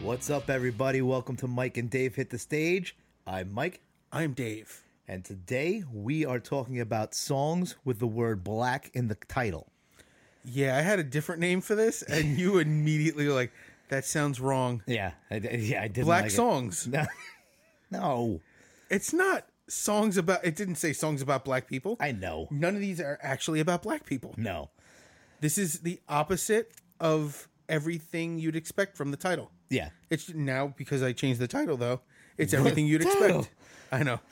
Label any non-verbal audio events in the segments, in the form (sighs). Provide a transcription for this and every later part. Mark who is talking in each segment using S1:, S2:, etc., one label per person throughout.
S1: What's up, everybody? Welcome to Mike and Dave Hit the Stage. I'm Mike,
S2: I'm Dave.
S1: and today we are talking about songs with the word black in the title.
S2: Yeah, I had a different name for this,
S1: (laughs)
S2: and you immediately were like, that sounds wrong.
S1: Yeah, I, yeah, I did
S2: Black songs.
S1: (laughs) No, no,
S2: It's not songs about, it didn't say songs about black people.
S1: I Mm. know.
S2: None of these are actually about black people.
S1: No,
S2: This is the opposite of everything you'd expect from the title.
S1: yeah,
S2: It's now because I changed the title, though, it's everything you'd expect.
S1: title?
S2: I know. (laughs)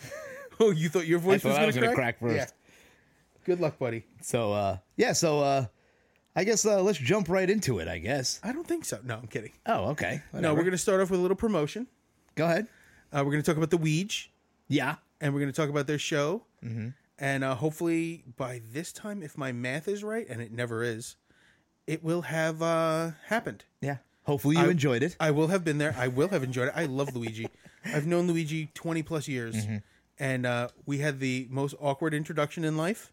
S2: Oh, you thought your voice
S1: thought I was
S2: was going
S1: gonna
S2: to
S1: crack first.
S2: Good luck, buddy.
S1: So, uh, yeah, so uh, I guess uh, let's jump right into it. I guess.
S2: I don't think so. No, I'm kidding.
S1: Oh, okay.
S2: No, we're going to start off with a little promotion.
S1: go ahead.
S2: Uh, we're going to talk about the Weege.
S1: Yeah,
S2: and we're going to talk about their show. And uh, hopefully, by this time, if my math is right, and it never is, it will have uh, happened.
S1: yeah. Hopefully you enjoyed it.
S2: I will have been there. I will have enjoyed it. I love Luigi. I've known Luigi 20 plus years. And uh, we had the most awkward introduction in life.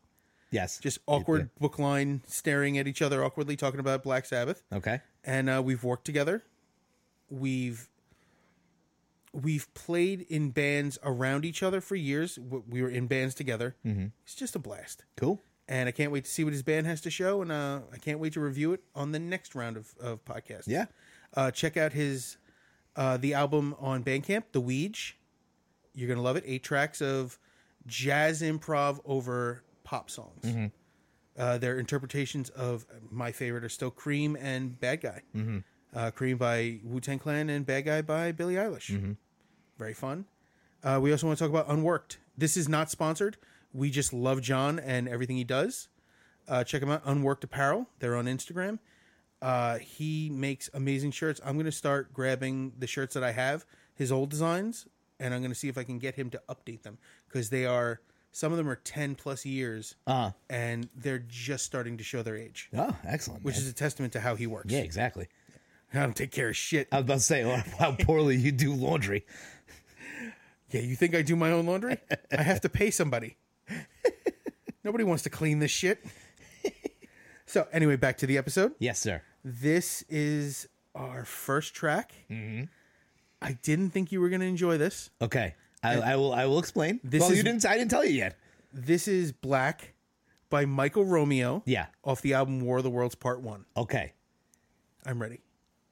S1: Yes.
S2: Just awkward book line, staring at each other awkwardly, talking about Black Sabbath.
S1: okay.
S2: And uh, we've worked together. We've we've played in bands around each other for years. W- We were in bands together. Mm-hmm. It's just a blast,
S1: Cool.
S2: and I can't wait to see what his band has to show, and uh, I can't wait to review it on the next round of of podcasts.
S1: Yeah.
S2: uh, check out his uh, the album on Bandcamp, The Weege. You're gonna love it. Eight tracks of jazz improv over pop songs. Uh, their interpretations of my favorite are still Cream and Bad Guy. Uh, Cream by Wu Tang Clan and Bad Guy by Billie Eilish. Very fun. Uh, we also want to talk about Unworked. This is not sponsored. We just love John and everything he does. Uh, check him out, Unworked Apparel. They're on Instagram. Uh, he makes amazing shirts. I'm going to start grabbing the shirts that I have, his old designs, and I'm going to see if I can get him to update them because they are, some of them are 10 plus years
S1: Uh-huh.
S2: and they're just starting to show their age,
S1: Oh, excellent.
S2: which
S1: man.
S2: is a testament to how he works.
S1: yeah, exactly.
S2: I don't take care of shit.
S1: I was about to say (laughs) well, how poorly you do laundry.
S2: Yeah, you think I do my own laundry? I have to pay somebody. Nobody wants to clean this shit. So, anyway, back to the episode.
S1: Yes, sir.
S2: This is our first track. I didn't think you were going to enjoy this.
S1: Okay. I, I will. I will explain.
S2: This
S1: well,
S2: is-
S1: you didn't. I didn't tell you yet.
S2: This is Black by Michael Romeo.
S1: Yeah.
S2: Off the album War of the Worlds Part 1.
S1: Okay.
S2: I'm ready.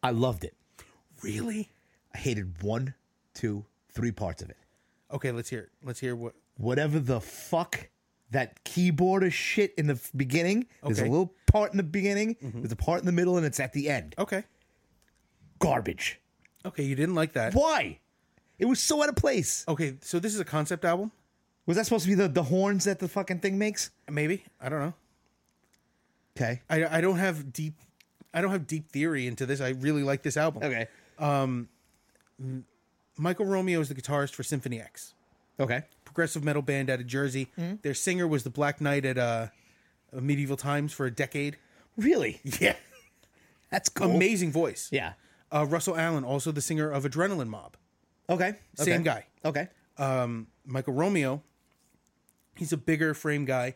S1: I loved it.
S2: Really?
S1: I hated one, two, three parts of it.
S2: Okay, let's hear it. Let's hear what.
S1: Whatever the fuck that keyboard of shit in the f- beginning. There's a
S2: Okay.
S1: little part in the beginning. There's a part in the middle, and it's at the end.
S2: Okay.
S1: Garbage.
S2: Okay, you didn't like that.
S1: Why? It was so out of place.
S2: Okay, so this is a concept album?
S1: Was that supposed to be the, the horns that the fucking thing makes?
S2: Maybe. I don't know.
S1: Okay.
S2: I, I don't have deep I don't have deep theory into this. I really like this album.
S1: Okay.
S2: Michael Romeo is the guitarist for Symphony X,
S1: Okay.
S2: progressive metal band out of Jersey.
S1: Mm-hmm.
S2: Their singer was the Black Knight at uh, Medieval Times for a decade.
S1: Really? (laughs)
S2: Yeah,
S1: That's cool.
S2: amazing voice.
S1: Yeah.
S2: Uh, Russell Allen, also the singer of Adrenaline Mob,
S1: Okay.
S2: same
S1: Okay.
S2: guy.
S1: Okay.
S2: Michael Romeo, he's a bigger frame guy,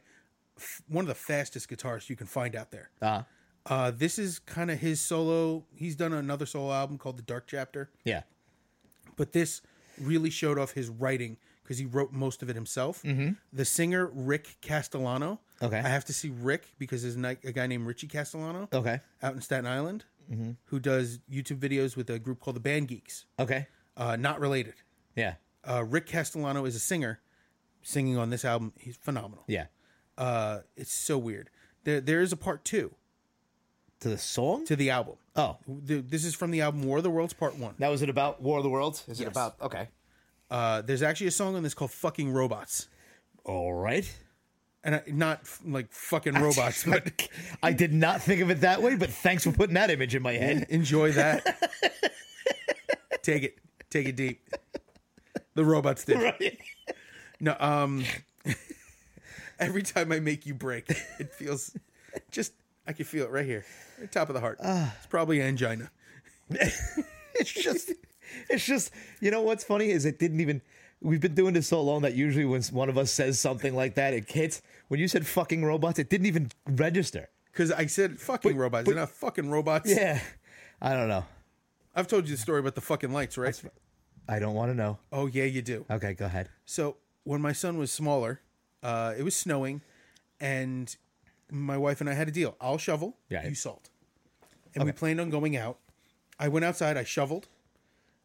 S2: f- one of the fastest guitarists you can find out there.
S1: Uh,
S2: Uh, this is kind of his solo. He's done another solo album called The Dark Chapter.
S1: yeah.
S2: but this really showed off his writing because he wrote most of it himself. The singer Rick Castellano.
S1: Okay.
S2: I have to see Rick because there's ni- a guy named Richie Castellano
S1: Okay.
S2: out in Staten Island who does YouTube videos with a group called the Band Geeks.
S1: Okay.
S2: Uh, not related.
S1: Yeah.
S2: Uh, Rick Castellano is a singer singing on this album. He's phenomenal.
S1: Yeah.
S2: Uh, it's so weird. There, there is a part two
S1: To the song?
S2: to the album.
S1: oh.
S2: Th- This is from the album War of the Worlds Part One.
S1: Now, is it about War of the Worlds? Is it about. Okay.
S2: Uh, there's actually a song on this called "Fucking Robots."
S1: All right. (laughs)
S2: and I, not f- like fucking robots, but
S1: I did not think of it that way, but thanks for putting that image in my (laughs) head.
S2: enjoy that. take it, take it deep. The robots did
S1: Right. (laughs)
S2: no. Um, (laughs) every time I make you break, it feels just I can feel it right here, right top of the heart. it's probably angina.
S1: it's just. It's just. You know what's funny is it didn't even. We've been doing this so long that usually when one of us says something like that, it hits. When you said fucking robots, it didn't even register.
S2: Because I said fucking robots, they're not fucking robots.
S1: Yeah. I don't know.
S2: I've told you the story about the fucking lights, right?
S1: I don't want to know.
S2: Oh yeah, you do.
S1: Okay, go ahead.
S2: So when my son was smaller, uh, it was snowing, and my wife and I had a deal. I'll shovel,
S1: Yeah.
S2: you salt, and we planned on going out. I went outside, I shoveled,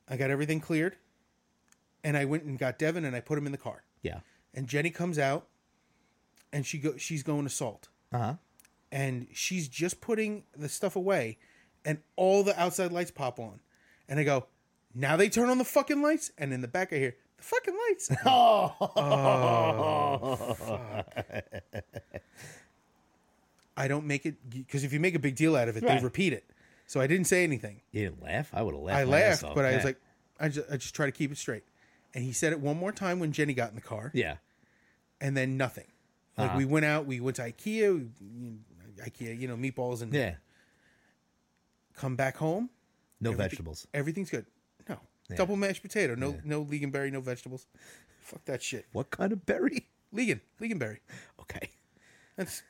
S2: I got everything cleared, and I went and got Devin and I put him in the car.
S1: Yeah.
S2: And Jenny comes out, and she go she's going to salt,
S1: Uh huh.
S2: and she's just putting the stuff away, and all the outside lights pop on, and I go, now they turn on the fucking lights, and in the back I hear the fucking
S1: (laughs)
S2: lights. "Oh, I don't make it because if you make a big deal out of it,
S1: Right.
S2: they repeat it. So I didn't say anything.
S1: You didn't laugh. I would have laughed.
S2: I
S1: my ass
S2: laughed,
S1: off.
S2: but I
S1: Yeah.
S2: was like, I just, I just try to keep it straight. And he said it one more time when Jenny got in the car,
S1: yeah.
S2: and then nothing.
S1: Uh-huh.
S2: Like we went out, we went to IKEA, we- you know, IKEA, you know, meatballs, and
S1: Yeah.
S2: come back home.
S1: No
S2: everything-
S1: vegetables.
S2: Everything's good. No double mashed potato. No no leganberry. No vegetables. Fuck that shit.
S1: What kind of berry? (laughs)
S2: Legan leganberry.
S1: Okay.
S2: That's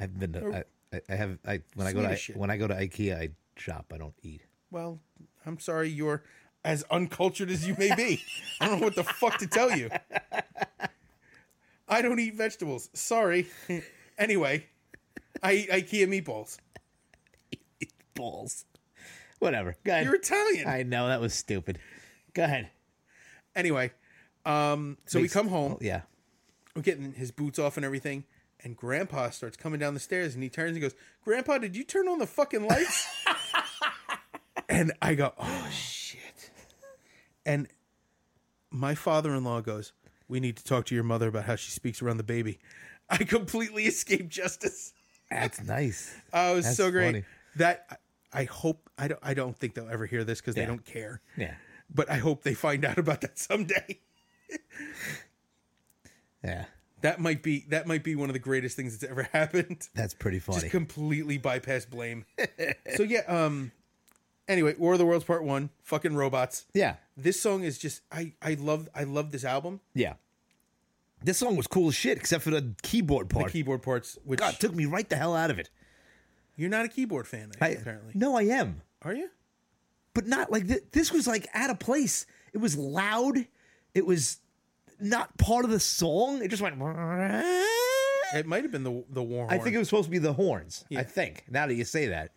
S1: I've been to. I, I- I have. I when I go to I,
S2: Swedish shit.
S1: when I go to IKEA, I shop. I don't eat.
S2: well. I'm sorry. You're as uncultured as you
S1: (laughs)
S2: may be. I don't know what the fuck to tell you. I don't eat vegetables. Sorry. (laughs) anyway, I eat IKEA meatballs.
S1: Balls. (laughs) Whatever. Go ahead.
S2: You're Italian.
S1: I know that was stupid. Go ahead.
S2: Anyway, um, so we
S1: Makes-
S2: come home.
S1: Yeah.
S2: We're getting his boots off and everything. And Grandpa starts coming down the stairs and he turns and goes, Grandpa, did you turn on the
S1: (laughs)
S2: fucking lights? and I go, oh, shit. And my father in law goes, We need to talk to your mother about how she speaks around the baby. I completely escaped justice.
S1: That's nice.
S2: Oh, it was
S1: That's
S2: so great.
S1: funny.
S2: That I I hope I don't I don't think they'll ever hear this because they don't care.
S1: Yeah.
S2: But I hope they find out about that someday.
S1: Yeah.
S2: That might be that might be one of the greatest things that's ever happened.
S1: That's pretty funny.
S2: Just completely bypass blame.
S1: (laughs)
S2: so yeah, um anyway, War of the Worlds Part One, fucking robots.
S1: yeah.
S2: This song is just I I love I love this album.
S1: Yeah. This song was cool as shit, except for the keyboard part.
S2: Keyboard parts, which
S1: God, it took me right the hell out of it.
S2: you're not a keyboard fan,
S1: I,
S2: apparently.
S1: No, I am.
S2: Are you?
S1: but not like th- this was like out of place. It was loud. It was not part of the song. It just went. I
S2: It might have been the the war.
S1: think it was supposed to be the horns. I think now that you say that,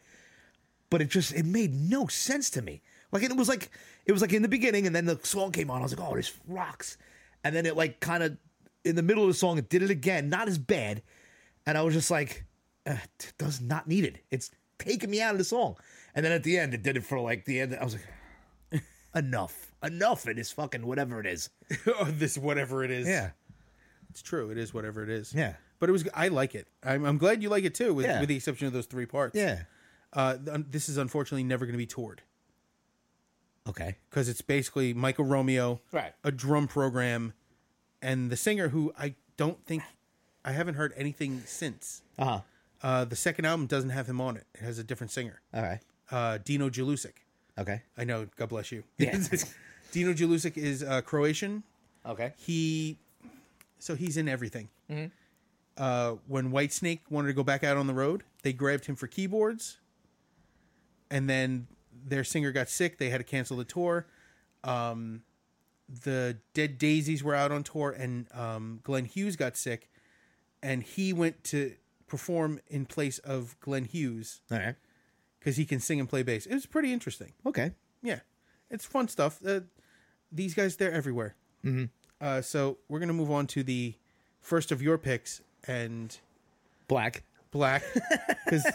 S1: but it just it made no sense to me. Like it was like it was like in the beginning, and then the song came on. I was like, oh, this rocks, and then it like kind of in the middle of the song, it did it again, not as bad, and I was just like, uh, it does not need it. It's taking me out of the song, and then at the end, it did it for like the end. I was like (laughs) enough. Enough it is fucking whatever it is.
S2: oh, (laughs) this whatever it is. It's true. It is whatever it is.
S1: Yeah.
S2: But it was I like it. I'm, I'm glad you like it too, with,
S1: Yeah.
S2: with the exception of those three parts.
S1: Yeah.
S2: Uh, th- um, this is unfortunately never going to be toured
S1: Okay.
S2: because it's basically Michael Romeo,
S1: Right.
S2: a drum program, and the singer who I don't think I haven't heard anything since.
S1: Uh huh.
S2: Uh, the second album doesn't have him on it. It has a different singer,
S1: All right.
S2: uh, Dino Jelusic.
S1: Okay.
S2: I know. God bless you.
S1: Yeah.
S2: (laughs) Dino Jelusic is uh, Croatian.
S1: Okay.
S2: he so he's in everything uh, when whitesnake wanted to go back out on the road they grabbed him for keyboards and then their singer got sick they had to cancel the tour um, the dead daisies were out on tour and um, glenn hughes got sick and he went to perform in place of glenn hughes
S1: All right.
S2: because he can sing and play bass it was pretty interesting
S1: Okay.
S2: yeah, it's fun stuff. Uh, these guys, they're everywhere. Mm-hmm. Uh, so we're gonna move on to the first of your picks and
S1: Black.
S2: black
S1: (laughs)
S2: because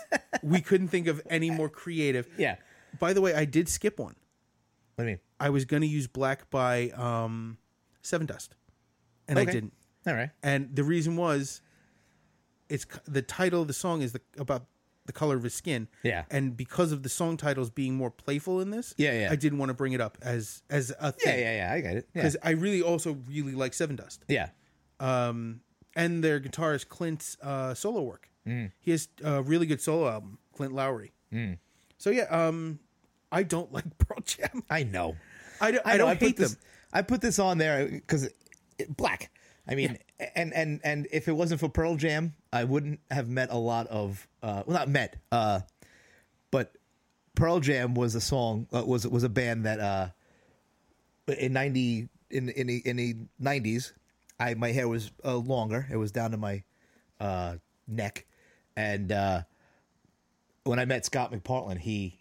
S2: we couldn't think of any more creative.
S1: Yeah.
S2: By the way, I did skip one.
S1: What do you mean?
S2: I was gonna use black by um, Seven Dust, and
S1: Okay.
S2: I didn't.
S1: All right.
S2: And the reason was, it's c- the title of the song is the, about the color of his skin.
S1: Yeah.
S2: And because of the song titles being more playful in this,
S1: Yeah, yeah.
S2: I didn't want to bring it up as as a thing.
S1: Yeah, yeah, yeah. I got it. Yeah.
S2: because I really also really like Seven Dust
S1: yeah.
S2: and their guitarist Clint's uh, solo work.
S1: Mm.
S2: He has a really good solo album, Clint Lowry. So yeah, um, I don't like (laughs) Pearl Jam.
S1: I know.
S2: I, don't- I
S1: know,
S2: don't
S1: put
S2: hate them.
S1: this- I put this on there because black. I mean, and and and if it wasn't for Pearl Jam, I wouldn't have met a lot of uh, well, not met, uh, but Pearl Jam was a song uh, was was a band that uh in ninety in in the in the nineties, I my hair was uh, longer. It was down to my uh neck, and uh when I met Scott McPartland, he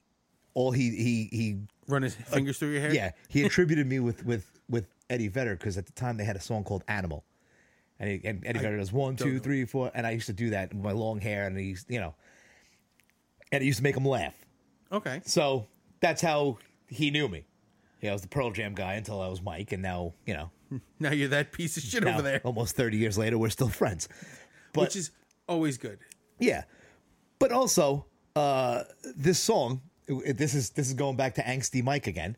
S1: all he he he
S2: Run his fingers through your
S1: (laughs)
S2: hair.
S1: yeah he attributed me with with with Eddie Vedder because at the time they had a song called Animal, and, he, and Eddie Vedder does one two three four, and I used to do that with my long hair, and he's you know, and it used to make him laugh.
S2: Okay.
S1: So that's how he knew me. Yeah, I was the Pearl Jam guy until I was Mike, and now you know,
S2: Now you're that piece of shit
S1: now,
S2: over there,
S1: almost thirty years later, we're still friends. But
S2: which is always good.
S1: yeah, but also uh, this song, it- this is this is going back to angsty Mike again.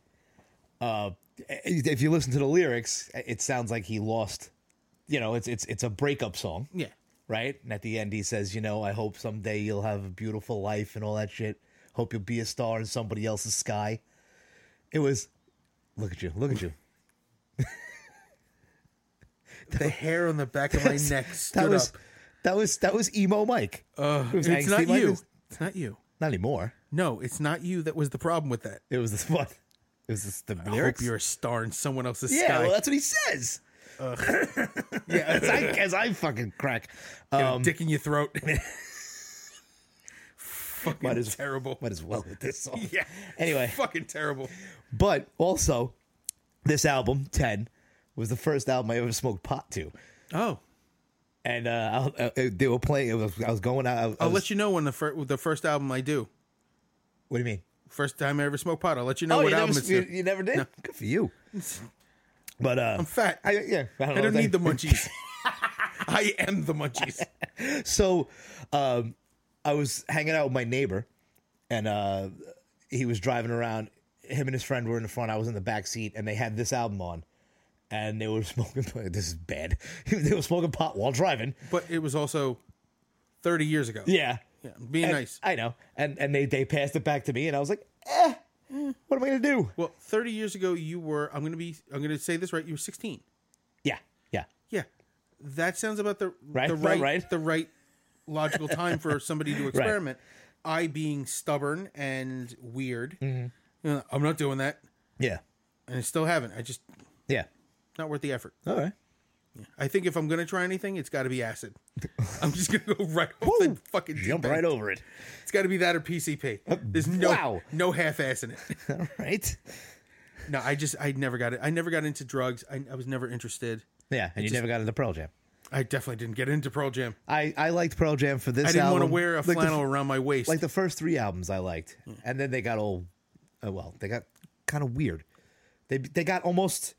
S1: Uh, if you listen to the lyrics, it sounds like he lost. You know, it's it's it's a breakup song, (laughs)
S2: Yeah.
S1: right? And at the end, he says, "You know, I hope someday you'll have a beautiful life and all that shit. Hope you'll be a star in somebody else's sky." It was, look at you, look at you.
S2: The hair on the back of my neck stood
S1: That was
S2: up.
S1: that was that was emo Mike.
S2: Uh,
S1: it was
S2: it's
S1: angsty
S2: not
S1: Mike.
S2: you. It's not you.
S1: Not anymore.
S2: No, it's not you that was the problem with that.
S1: It was (laughs) this one. It was this, the
S2: I hope
S1: lyrics.
S2: you're a star in someone else's
S1: yeah,
S2: sky.
S1: well, that's what he says. (laughs)
S2: yeah,
S1: As I, as I fucking crack.
S2: Get a
S1: Um,
S2: dick in your throat. (laughs) Fucking
S1: as-
S2: terrible.
S1: might as well with this song.
S2: (laughs) Yeah.
S1: Anyway,
S2: Fucking terrible.
S1: but also, this album Ten was the first album I ever smoked pot to,
S2: Oh,
S1: and uh, I, I, they were playing. It was, I was going out. I, was-
S2: I'll let you know when the fir- the first album I do.
S1: what do you mean?
S2: First time I ever smoked pot. I'll let you know
S1: oh,
S2: what
S1: you
S2: album
S1: never,
S2: it's.
S1: you,
S2: to.
S1: you never did. Good for
S2: (laughs)
S1: you. But uh,
S2: I'm fat. I,
S1: I, yeah, I don't,
S2: don't
S1: know,
S2: need the munchies. (laughs) I am the munchies.
S1: so um, I was hanging out with my neighbor, and uh, he was driving around. Him and his friend were in the front. I was in the back seat, and they had this album on, and they were (laughs) smoking. This is bad. (laughs) they were smoking pot while driving.
S2: (laughs) But it was also 30 years ago.
S1: Yeah,
S2: Yeah, being
S1: And-
S2: nice.
S1: I know. And and they they passed it back to me, and I was like, eh, what am I gonna do?
S2: Well, 30 years ago you were I'm going to be I'm going to say this right, you were 16.
S1: Yeah, yeah.
S2: Yeah. That sounds about the
S1: Right,
S2: the
S1: right,
S2: right,
S1: right.
S2: the right logical time for somebody
S1: (laughs)
S2: to experiment. I being stubborn and weird.
S1: Mm-hmm.
S2: uh, I'm not doing that
S1: Yeah.
S2: and I still haven't. I just
S1: Yeah.
S2: not worth the effort.
S1: All right.
S2: I think if I'm going to try anything, it's got to be acid.
S1: (laughs)
S2: I'm just going to go right off the fucking deep
S1: Jump
S2: end.
S1: right over it. (laughs)
S2: It's got to be that or PCP. There's no
S1: wow.
S2: no half ass in it.
S1: All right.
S2: No, I just I never got it. I never got into drugs. I, I was never interested.
S1: Yeah, and you never got into Pearl Jam.
S2: I definitely didn't get into Pearl Jam.
S1: I, I liked Pearl Jam for this
S2: I didn't
S1: album.
S2: want to wear a
S1: Like the
S2: flannel around my waist.
S1: like the first three albums I liked, and then they got all, uh, well, they got kind of weird. They they got almost,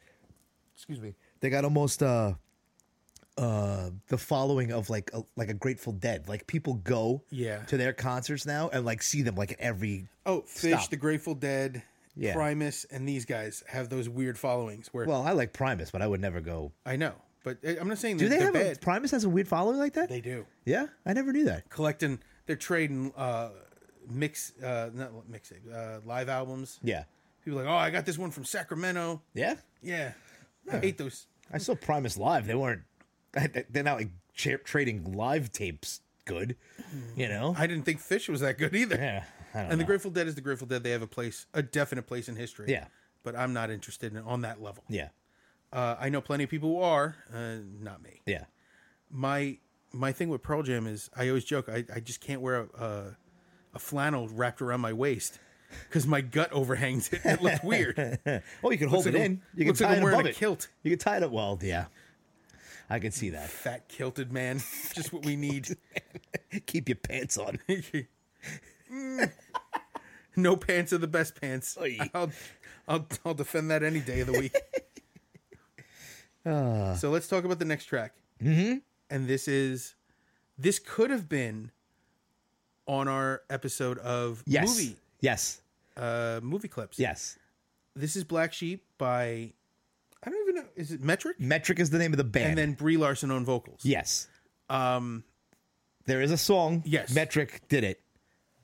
S1: excuse me, they got almost uh, uh, the following of like a, like a Grateful Dead. Like people go
S2: Yeah.
S1: to their concerts now and like see them like at every
S2: oh, Fish,
S1: Stop.
S2: the Grateful Dead,
S1: Yeah.
S2: Primus, and these guys have those weird followings. Where
S1: well, I like Primus, but I would never go.
S2: I know, but I- I'm not saying
S1: Do
S2: they're,
S1: they
S2: they're
S1: have
S2: bad.
S1: a Primus has a weird following like that?
S2: they do
S1: yeah, I never knew that.
S2: collecting. They're trading uh, mix, uh, not mix, uh, live albums.
S1: Yeah,
S2: People are like, oh, I got this one from Sacramento.
S1: yeah.
S2: Yeah, I hate those.
S1: I saw Primus live. They weren't. (laughs) They're not like cha- trading live tapes. Good, you know.
S2: I didn't think Fish was that good either.
S1: Yeah, I don't
S2: and
S1: know.
S2: the Grateful Dead is the Grateful Dead. They have a place, a definite place in history.
S1: Yeah.
S2: But I'm not interested in on that level.
S1: yeah,
S2: Uh, I know plenty of people who are, uh, not me.
S1: yeah,
S2: My my thing with Pearl Jam is I always joke I, I just can't wear a, a, a flannel wrapped around my waist because my gut overhangs it. It looks weird.
S1: Oh, you can (laughs) hold
S2: like
S1: it
S2: I'm-
S1: in. You can
S2: looks
S1: tie
S2: like I'm
S1: it
S2: wearing
S1: above
S2: a
S1: it.
S2: kilt.
S1: You can tie it up. Well, yeah, I can see
S2: (laughs)
S1: that.
S2: Fat kilted man, just what we need.
S1: Keep your pants
S2: (laughs)
S1: on.
S2: Mm. (laughs) no pants are the best pants.
S1: Oy.
S2: I'll, I'll I'll defend that any day of the week. So let's talk about the next track. Ah. Mm-hmm. And this is this could have been on our episode of
S1: Yes,
S2: movie
S1: yes,
S2: uh, movie clips.
S1: yes.
S2: This is Black Sheep by I don't even know is it Metric
S1: Metric is the name of the band.
S2: and then Brie Larson on vocals.
S1: yes, um, there is a song.
S2: Yes.
S1: Metric did it,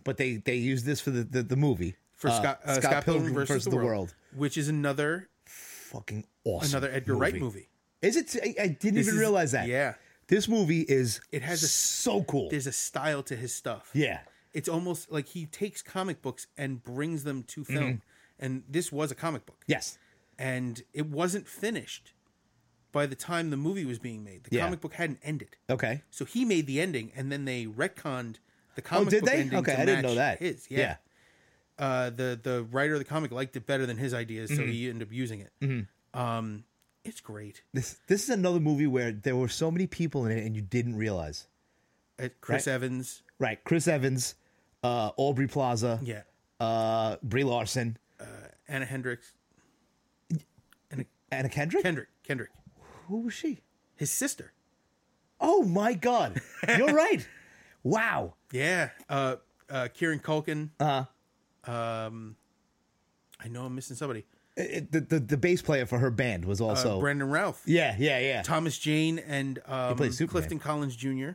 S1: but they they used this for the the, the movie
S2: For Scott, uh, Scott, Pilgrim, versus, the, world, which is another
S1: Fucking awesome.
S2: another Edgar Wright movie.
S1: Is it? I, I didn't even
S2: is-
S1: realize that.
S2: yeah.
S1: This movie is
S2: It has a-
S1: so cool.
S2: There's a style to his stuff.
S1: yeah.
S2: it's almost like he takes comic books and brings them to
S1: Mm-hmm.
S2: film. And this was a comic book.
S1: Yes.
S2: And it wasn't finished by the time the movie was being made. The
S1: Yeah.
S2: comic book hadn't ended.
S1: Okay.
S2: So he made the ending and then they retconned the comic
S1: Oh, did
S2: book
S1: they?
S2: ending.
S1: Okay,
S2: to
S1: I didn't know that.
S2: match His.
S1: Yeah.
S2: yeah uh, the the writer of the comic liked it better than his ideas,
S1: Mm-hmm.
S2: so he ended up using it. Um, it's great.
S1: This this is another movie where there were so many people in it and you didn't realize.
S2: Uh, Chris Evans,
S1: Right. Chris Evans, uh, Aubrey Plaza,
S2: yeah,
S1: uh, Brie Larson,
S2: Anna Hendricks,
S1: Anna Kendrick.
S2: Kendrick, Kendrick,
S1: Who was she?
S2: his sister.
S1: Oh my
S2: (laughs)
S1: God! You're right. Wow.
S2: Yeah, uh, uh, Kieran Culkin. Uh
S1: Uh-huh.
S2: Um, I know I'm missing somebody.
S1: It- it- the, the the bass player for her band
S2: Uh,
S1: was also.
S2: Brandon Routh,
S1: Oh. yeah, yeah, yeah,
S2: Thomas Jane, and um,
S1: plays Superman.
S2: Clifton Collins Jr.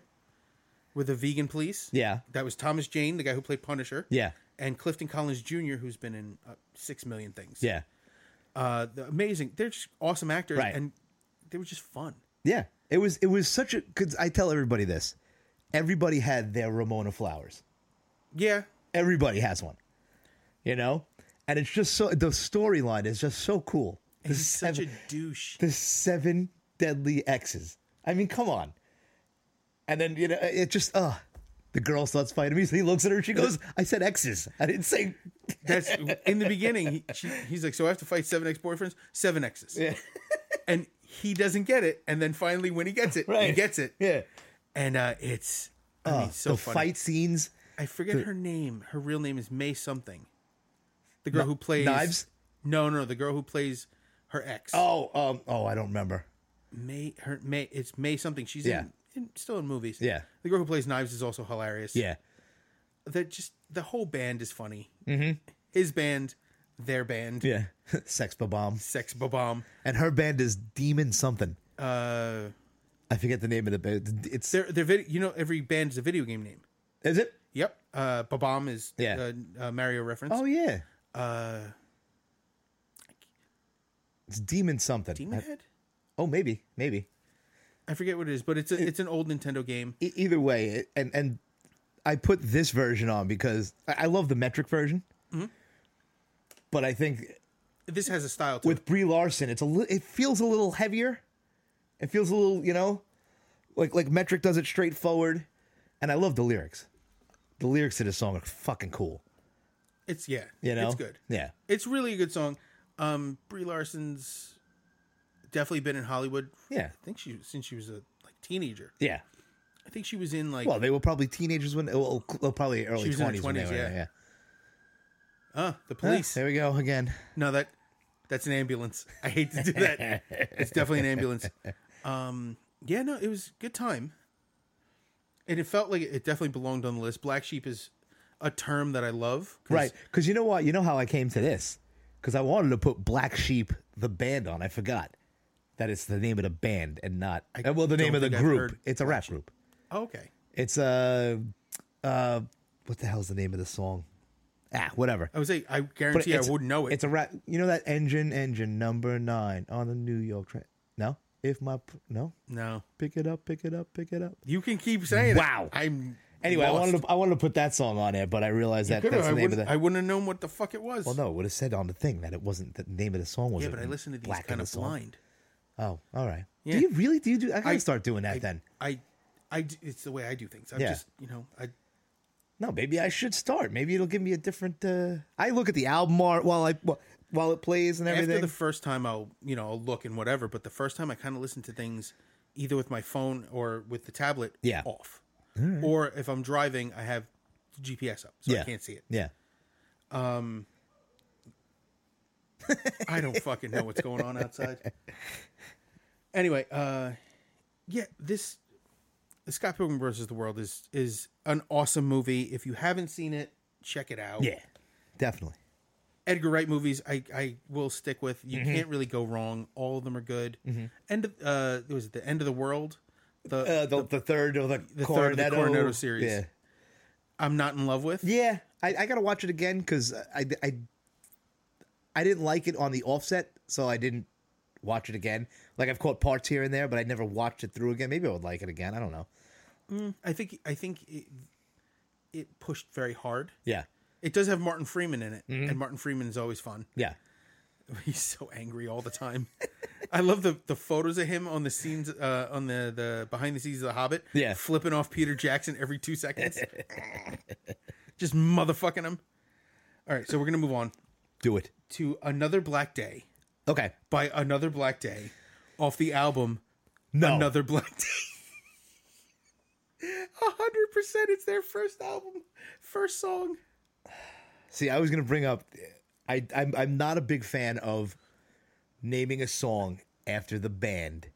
S2: were the vegan police.
S1: yeah,
S2: that was Thomas Jane, the guy who played Punisher.
S1: yeah,
S2: and Clifton Collins Jr., who's been in uh, six million things.
S1: yeah,
S2: uh, the amazing. They're just awesome actors,
S1: Right.
S2: and they were just fun.
S1: yeah. It was it was such a. Cause I tell everybody this. Everybody had their Ramona Flowers.
S2: Yeah,
S1: Everybody has one. You know, and it's just so the storyline is just so cool. The
S2: he's such
S1: seven,
S2: a douche.
S1: the seven deadly X's. I mean, come on. And then you know it just uh the girl starts fighting him. He looks at her. She goes, "I said X's. I didn't say."
S2: That's in the beginning. He, she, he's like, "So I have to fight seven ex-boyfriends, seven exes," (laughs) and he doesn't get it. And then finally, when he gets it, he
S1: Right.
S2: gets it,
S1: Yeah.
S2: and uh, it's I mean, so
S1: the
S2: funny.
S1: fight scenes.
S2: I forget her name. Her real name is May something. The girl who plays
S1: Knives?
S2: No, no, the girl who plays her ex.
S1: Oh, um, oh, I don't remember.
S2: May her May it's May something. She's
S1: Yeah.
S2: in, in still in movies.
S1: Yeah.
S2: The girl who plays Knives is also hilarious.
S1: Yeah,
S2: They're just the whole band is funny. Mm-hmm. His band, their band,
S1: yeah. (laughs) Sex bomb
S2: Sex Babam.
S1: and her band is Demon something.
S2: Uh,
S1: I forget the name of the band. It's
S2: their their video. You know, every band is a video game name.
S1: is it?
S2: Yep. Uh, Babam is
S1: Yeah.
S2: uh, uh, Mario reference.
S1: Oh yeah,
S2: Uh,
S1: it's Demon something.
S2: Demon Head.
S1: Oh maybe, maybe.
S2: I forget what it is, but it's a, it's an old Nintendo game.
S1: E- either way, it, and and I put this version on because I, I love the metric version.
S2: Mm-hmm.
S1: But I think
S2: This has a style to it.
S1: with Brie Larson, it's a li- it feels a little heavier. It feels a little, you know, like like metric does it straightforward, and I love the lyrics. The lyrics to this song are fucking cool.
S2: It's yeah.
S1: You know,
S2: it's good.
S1: Yeah,
S2: It's really a good song. Um, Brie Larson's definitely been in Hollywood.
S1: yeah,
S2: I think she since she was a like teenager.
S1: yeah.
S2: I think she was in like
S1: Well, they were probably teenagers when, well, well, probably early
S2: was in her
S1: twenties.
S2: 20s,
S1: yeah,
S2: yeah.
S1: yeah.
S2: uh,
S1: Huh,
S2: the police.
S1: There we go again.
S2: No, that that's an ambulance. I hate to do that. it's definitely an ambulance. Um, yeah, no, it was a good time, and it felt like it definitely belonged on the list. Black sheep is a term that I love. 'cause
S1: Right, because you know what? You know how I came to this? Because I wanted to put Black Sheep the band on. I forgot that it's the name of the band and not uh, well the
S2: don't
S1: name of the
S2: think I've
S1: group.
S2: heard
S1: It's a rap group.
S2: Oh, okay.
S1: It's uh, uh, what the hell's the name of the song? Ah, whatever.
S2: I was like, I guarantee Oh, I
S1: it's-
S2: wouldn't know it.
S1: It's a rap. You know that engine, engine number nine on the New York train. No, if my p- no,
S2: No,
S1: pick it up, pick it up, pick it up.
S2: you can keep saying. it.
S1: Wow.
S2: I'm
S1: Anyway, I
S2: lost.
S1: wanted to I wanted to put that song on there, but I realized that
S2: Could've,
S1: that's
S2: I
S1: the name of
S2: wouldn't-
S1: the.
S2: I wouldn't have known what the fuck it was.
S1: well, no, it would have said on the thing that it wasn't the name of the song was.
S2: yeah, but I listen to these
S1: Black in
S2: kind
S1: the
S2: of
S1: Song.
S2: blind.
S1: Oh, all right.
S2: Yeah.
S1: Do you really do you do? I gotta
S2: I-
S1: start doing that
S2: I-
S1: then.
S2: I, I, d- it's the way I do things. I
S1: Yeah.
S2: just, you know, I
S1: No, maybe I should start. Maybe it'll give me a different. Uh, I look at the album art while I wh- while it plays and everything.
S2: after the first time I'll, you know, I'll look and whatever. But the first time I kind of listen to things either with my phone or with the tablet,
S1: Yeah.
S2: off. Or if I'm driving, I have GPS up, so I
S1: Yeah.
S2: can't see it.
S1: yeah,
S2: I don't fucking know what's going on
S1: (laughs)
S2: outside. Anyway, uh, yeah, this Scott Pilgrim versus the World is is an awesome movie. If you haven't seen it, check it out.
S1: yeah, definitely.
S2: Edgar Wright movies I, I will stick with. You can't really go wrong. All of them are good. End of uh was it the end of the world? The
S1: Uh, the, the third or the,
S2: the third of the Coronado series.
S1: Yeah,
S2: I'm not in love with.
S1: yeah. I, I gotta watch it again because I, I I didn't like it on the offset, so I didn't watch it again. Like I've caught parts here and there, but I never watched it through again. Maybe I would like it again. I don't know.
S2: I think I think it, it pushed very hard.
S1: Yeah.
S2: It does have Martin Freeman in it, and Martin Freeman is always fun. (laughs)
S1: Yeah.
S2: He's so angry all the time. (laughs) I love the, the photos of him on the scenes uh, on the, the behind the scenes of The Hobbit.
S1: Yeah.
S2: flipping off Peter Jackson every two seconds, just motherfucking him. All right, so we're gonna move on
S1: Do it.
S2: to another Black Day
S1: Okay.
S2: by another Black Day, off the album
S1: No.
S2: Another Black Day. (laughs) A hundred percent, it's their first album, first song.
S1: See, I was gonna bring up. I I'm, I'm not a big fan of naming a song after the band,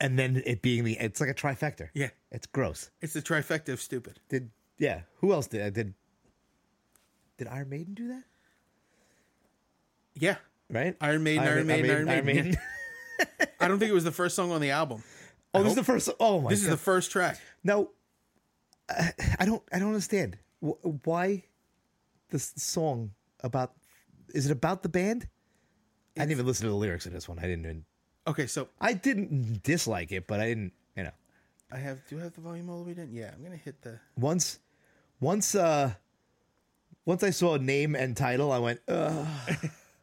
S1: and then it being the. It's like a trifecta.
S2: Yeah,
S1: It's gross.
S2: it's the trifecta of stupid.
S1: Did yeah? Who else did did? Did Iron Maiden do that?
S2: Yeah,
S1: Right.
S2: Iron Maiden, Iron Maiden, Iron Maiden.
S1: (laughs)
S2: I don't think it was the first song on the album.
S1: Oh, this is the first. Oh my.
S2: This is
S1: God.
S2: the first track.
S1: Now, I I don't. I don't understand Wh- why this song about. Is it about the band? I didn't even listen to the lyrics of this one. I didn't. Even,
S2: Okay, so
S1: I didn't dislike it, but I didn't. You know,
S2: I have do I have the volume all the way down? Yeah, I'm gonna hit the
S1: once, once, uh, once I saw name and title, I went, Ugh.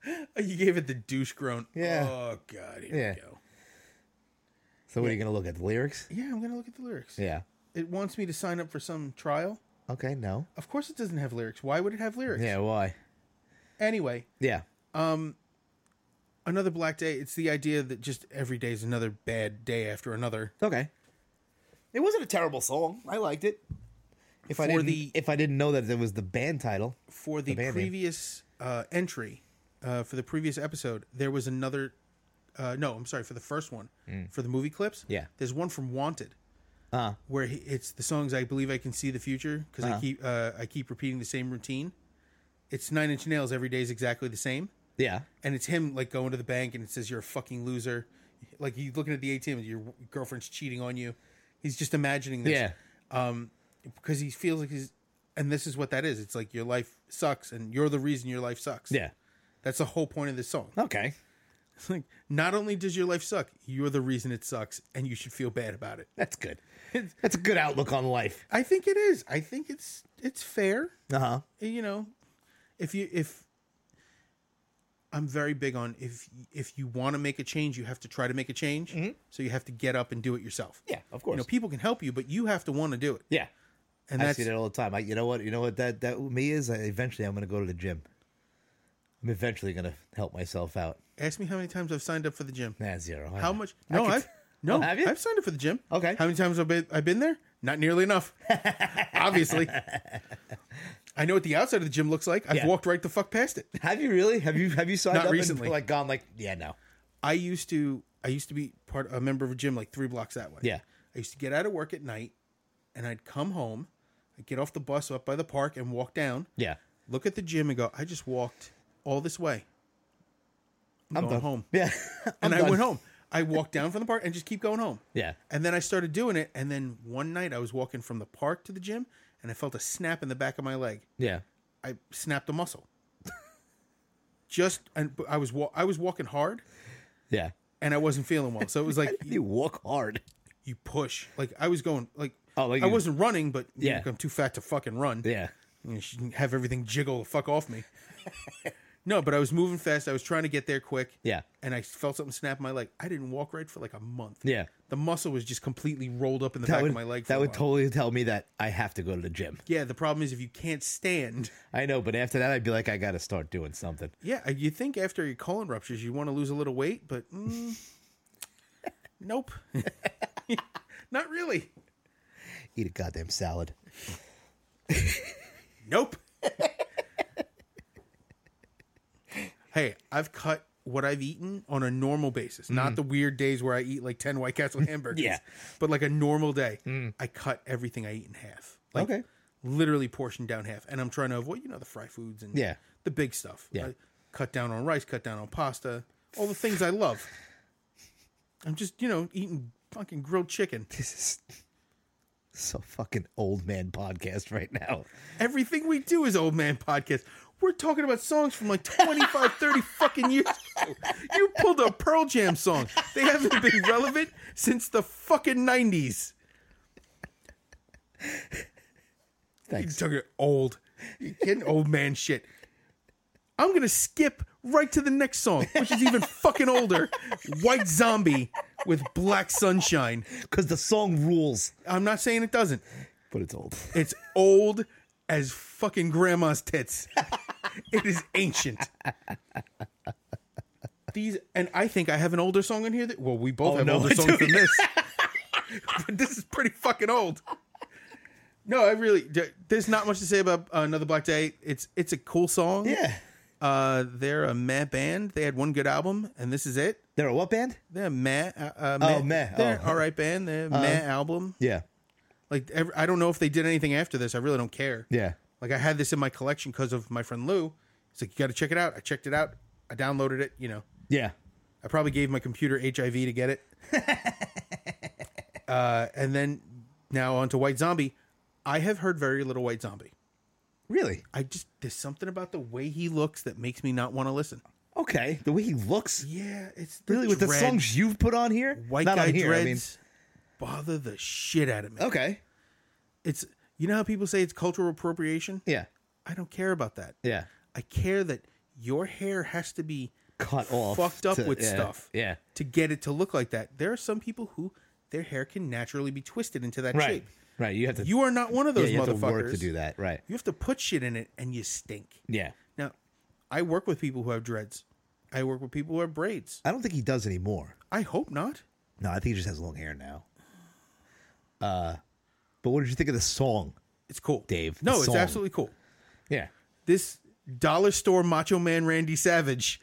S2: Oh, (laughs) you gave it the douche groan.
S1: Yeah.
S2: Oh god, here
S1: Yeah.
S2: we go.
S1: "So what are you gonna look at the lyrics?"
S2: Yeah, I'm gonna look at the lyrics.
S1: Yeah.
S2: It wants me to sign up for some trial.
S1: Okay. No.
S2: Of course it doesn't have lyrics. Why would it have lyrics?
S1: Yeah. Why?
S2: Anyway,
S1: Yeah.
S2: another black day, it's the idea that just every day is another bad day after another.
S1: Okay. It wasn't a terrible song. I liked it. If I
S2: For
S1: didn't,
S2: the-
S1: if I didn't know that it was the band title,
S2: For the,
S1: band name.
S2: previous uh, entry, uh, for the previous episode, there was another uh, no, I'm sorry, for the first one. For the movie clips.
S1: Mm. Yeah.
S2: There's one from Wanted.
S1: uh,
S2: where he, it's the songs I believe I can see the future because
S1: Uh-huh.
S2: I keep uh, I keep repeating the same routine. It's Nine Inch Nails. Every day is exactly the same,
S1: yeah,
S2: and it's him like going to the bank and it says you're a fucking loser. Like you looking at the ATM, and your girlfriend's cheating on you. He's just imagining this,
S1: Yeah.
S2: um, because he feels like he's. And this is what that is. It's like your life sucks, and you're the reason your life sucks.
S1: yeah.
S2: that's the whole point of this song.
S1: Okay.
S2: It's like, not only does your life suck, you're the reason it sucks, and you should feel bad about it.
S1: That's good. That's a good outlook on life.
S2: I think it is. I think it's it's fair.
S1: Uh huh.
S2: you know if you if i'm very big on if if you want to make a change you have to try to make a change so you have to get up and do it yourself
S1: Mm-hmm. Yeah, of
S2: you
S1: course.
S2: know people can help you but you have to want to do it
S1: yeah.
S2: and
S1: I
S2: that's
S1: see that all the time. I, you know what? You know what that that me is. I, eventually, I'm going to go to the gym. I'm eventually going to help myself out.
S2: ask me how many times i've signed up for the gym
S1: Nah, zero. I
S2: how
S1: know.
S2: much
S1: I
S2: no
S1: could-
S2: i've no
S1: Oh, have you?
S2: i've signed up for the gym
S1: Okay.
S2: how many times have i been, I've been there not nearly
S1: (laughs)
S2: enough obviously i know what the outside of the gym looks like i've
S1: Yeah.
S2: walked right the fuck past it
S1: Have you really? Have you have you signed
S2: Not
S1: up and,
S2: recently.
S1: like gone like yeah no
S2: I used to I used to be part a member of a gym like three blocks that way.
S1: Yeah.
S2: I used to get out of work at night and I'd come home, I'd get off the bus up by the park and walk down,
S1: yeah
S2: look at the gym and go, I just walked all this way. I'm, going
S1: done.
S2: home.
S1: yeah (laughs) I'm
S2: And I
S1: done.
S2: went home. I walked down from the park and just keep going home.
S1: yeah
S2: And then I started doing it. And then one night I was walking from the park to the gym and I felt a snap in the back of my leg.
S1: yeah
S2: I snapped a muscle. (laughs) just and but I was wa- I was walking hard
S1: yeah.
S2: and I wasn't feeling well. So
S1: (laughs)
S2: it was like
S1: You walk hard.
S2: you push. Like I was going like
S1: Oh, like
S2: I
S1: you-
S2: wasn't running, but
S1: Yeah.
S2: yeah, I'm too fat to fucking run.
S1: Yeah
S2: You know, she didn't have everything jiggle the fuck
S1: (laughs)
S2: off me. no, but I was moving fast. I was trying to get there quick.
S1: yeah
S2: And I felt something snap in my leg. I didn't walk right for like a month.
S1: yeah.
S2: The muscle was just completely rolled up in the
S1: That
S2: back
S1: would
S2: of my leg. For
S1: that
S2: a
S1: would
S2: while.
S1: totally tell me that I have to go to the gym.
S2: yeah, the problem is if you can't stand.
S1: I know, but after that, I'd be like, I got to start doing something.
S2: (laughs) Yeah, you think after your colon ruptures you want to lose a little weight, but mm, (laughs) nope, (laughs) not really.
S1: Eat a goddamn salad.
S2: Nope. hey, I've cut what I've eaten on a normal basis, not the weird days where I eat like 10 White Castle
S1: (laughs)
S2: hamburgers.
S1: Mm. Yeah. Mm.
S2: But like a normal day, I cut everything I eat in half. Like,
S1: Okay.
S2: Literally portioned down half. And I'm trying to avoid, you know, the fry foods and
S1: Yeah.
S2: the big stuff.
S1: Yeah.
S2: I cut down on rice, cut down on pasta, all the things I love. I'm just, you know, eating fucking
S1: (laughs)
S2: grilled chicken.
S1: This is so fucking old man podcast right now.
S2: Everything we do is old man podcast. We're talking about songs from like 25, 30 fucking years ago. You pulled a Pearl Jam song. They haven't been relevant since the fucking 90s. You're
S1: Thanks.
S2: talking old. You're kidding? old man shit. I'm gonna skip right to the next song, which is even fucking older. White Zombie with Black Sunshine.
S1: Because the song rules,
S2: I'm not saying it doesn't.
S1: but it's old. (laughs)
S2: It's old as fucking grandma's tits. (laughs) it is ancient. These and I think I have an older song in here that well, we both have
S1: Oh, no,
S2: older
S1: I
S2: songs
S1: do. (laughs)
S2: than this. (laughs) but this is pretty fucking old. No, I really there's not much to say about uh, another Black Day. It's it's a cool song.
S1: Yeah.
S2: Uh, they're a meh band. They had one good album, and this is it.
S1: They're a what band?
S2: They're a meh. Uh, uh,
S1: Oh, meh.
S2: They're
S1: Oh.
S2: all right band. They're a meh album.
S1: Yeah.
S2: Like ev I don't know if they did anything after this. I really don't care.
S1: Yeah.
S2: Like I had this in my collection because of my friend Lou. He's like, you got to check it out. I checked it out. I downloaded it. You know,
S1: Yeah.
S2: I probably gave my computer HIV to get it.
S1: (laughs)
S2: uh, and then now on to White Zombie. I have heard very little White Zombie.
S1: Really?
S2: I just there's something about the way he looks that makes me not want to listen.
S1: Okay. The way he looks,
S2: Yeah, it's the
S1: really, with the
S2: dread-
S1: songs you've put on here,
S2: white
S1: not
S2: guy
S1: on here. I mean,
S2: dreads bother the shit out of me.
S1: okay.
S2: It's you know how people say it's cultural appropriation.
S1: Yeah.
S2: I don't care about that.
S1: Yeah.
S2: I care that your hair has to be
S1: Cut off.
S2: fucked up
S1: to-
S2: with
S1: yeah,
S2: stuff
S1: Yeah.
S2: to get it to look like that. There are some people who their hair can naturally be twisted into that
S1: Right.
S2: shape.
S1: Right. You have to.
S2: You are not one of
S1: yeah,
S2: those
S1: you have to
S2: motherfuckers.
S1: work to do that. Right.
S2: You have to put shit in it and you stink.
S1: Yeah.
S2: Now, I work with people who have dreads. I work with people who have braids.
S1: I don't think he does anymore.
S2: I hope not.
S1: No, I think he just has long hair now. Uh, but what did you think of the song?
S2: It's cool.
S1: Dave, the
S2: No, it's
S1: song.
S2: absolutely cool.
S1: Yeah.
S2: This dollar store macho man Randy
S1: (laughs)
S2: Savage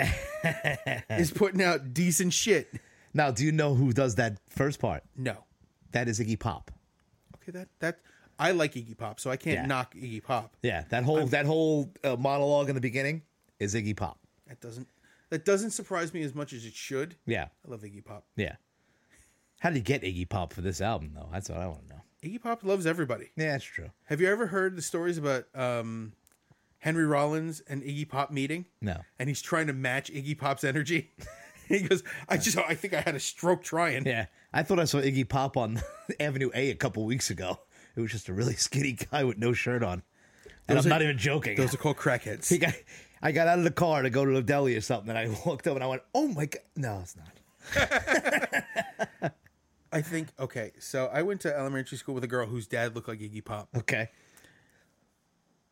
S2: is putting out decent shit.
S1: Now, do you know who does that first part?
S2: No.
S1: That is Iggy Pop.
S2: Okay, that that I like Iggy Pop, so I can't
S1: Yeah.
S2: knock Iggy Pop.
S1: Yeah, that whole that whole uh, monologue in the beginning is Iggy Pop.
S2: That doesn't that doesn't surprise me as much as it should.
S1: Yeah,
S2: I love Iggy Pop.
S1: yeah. How did he get Iggy Pop for this album though? That's what I want to know.
S2: Iggy Pop loves everybody.
S1: Yeah, that's true.
S2: Have you ever heard the stories about um, Henry Rollins and Iggy Pop meeting?
S1: No.
S2: And he's trying to match Iggy Pop's energy. (laughs) he goes, "I just I think I had a stroke trying."
S1: Yeah, I thought I saw Iggy Pop on (laughs) Avenue A a couple weeks ago. It was just a really (laughs) skinny guy with no shirt on, and
S2: Those
S1: I'm
S2: are-
S1: not even joking.
S2: Those are called crackheads.
S1: He got- (laughs) I got out of the car to go to the deli or something, and I (laughs) walked up and I went, "Oh my god, no, it's not."
S2: I think okay. So I went to elementary school with a girl whose dad looked like Iggy Pop.
S1: Okay.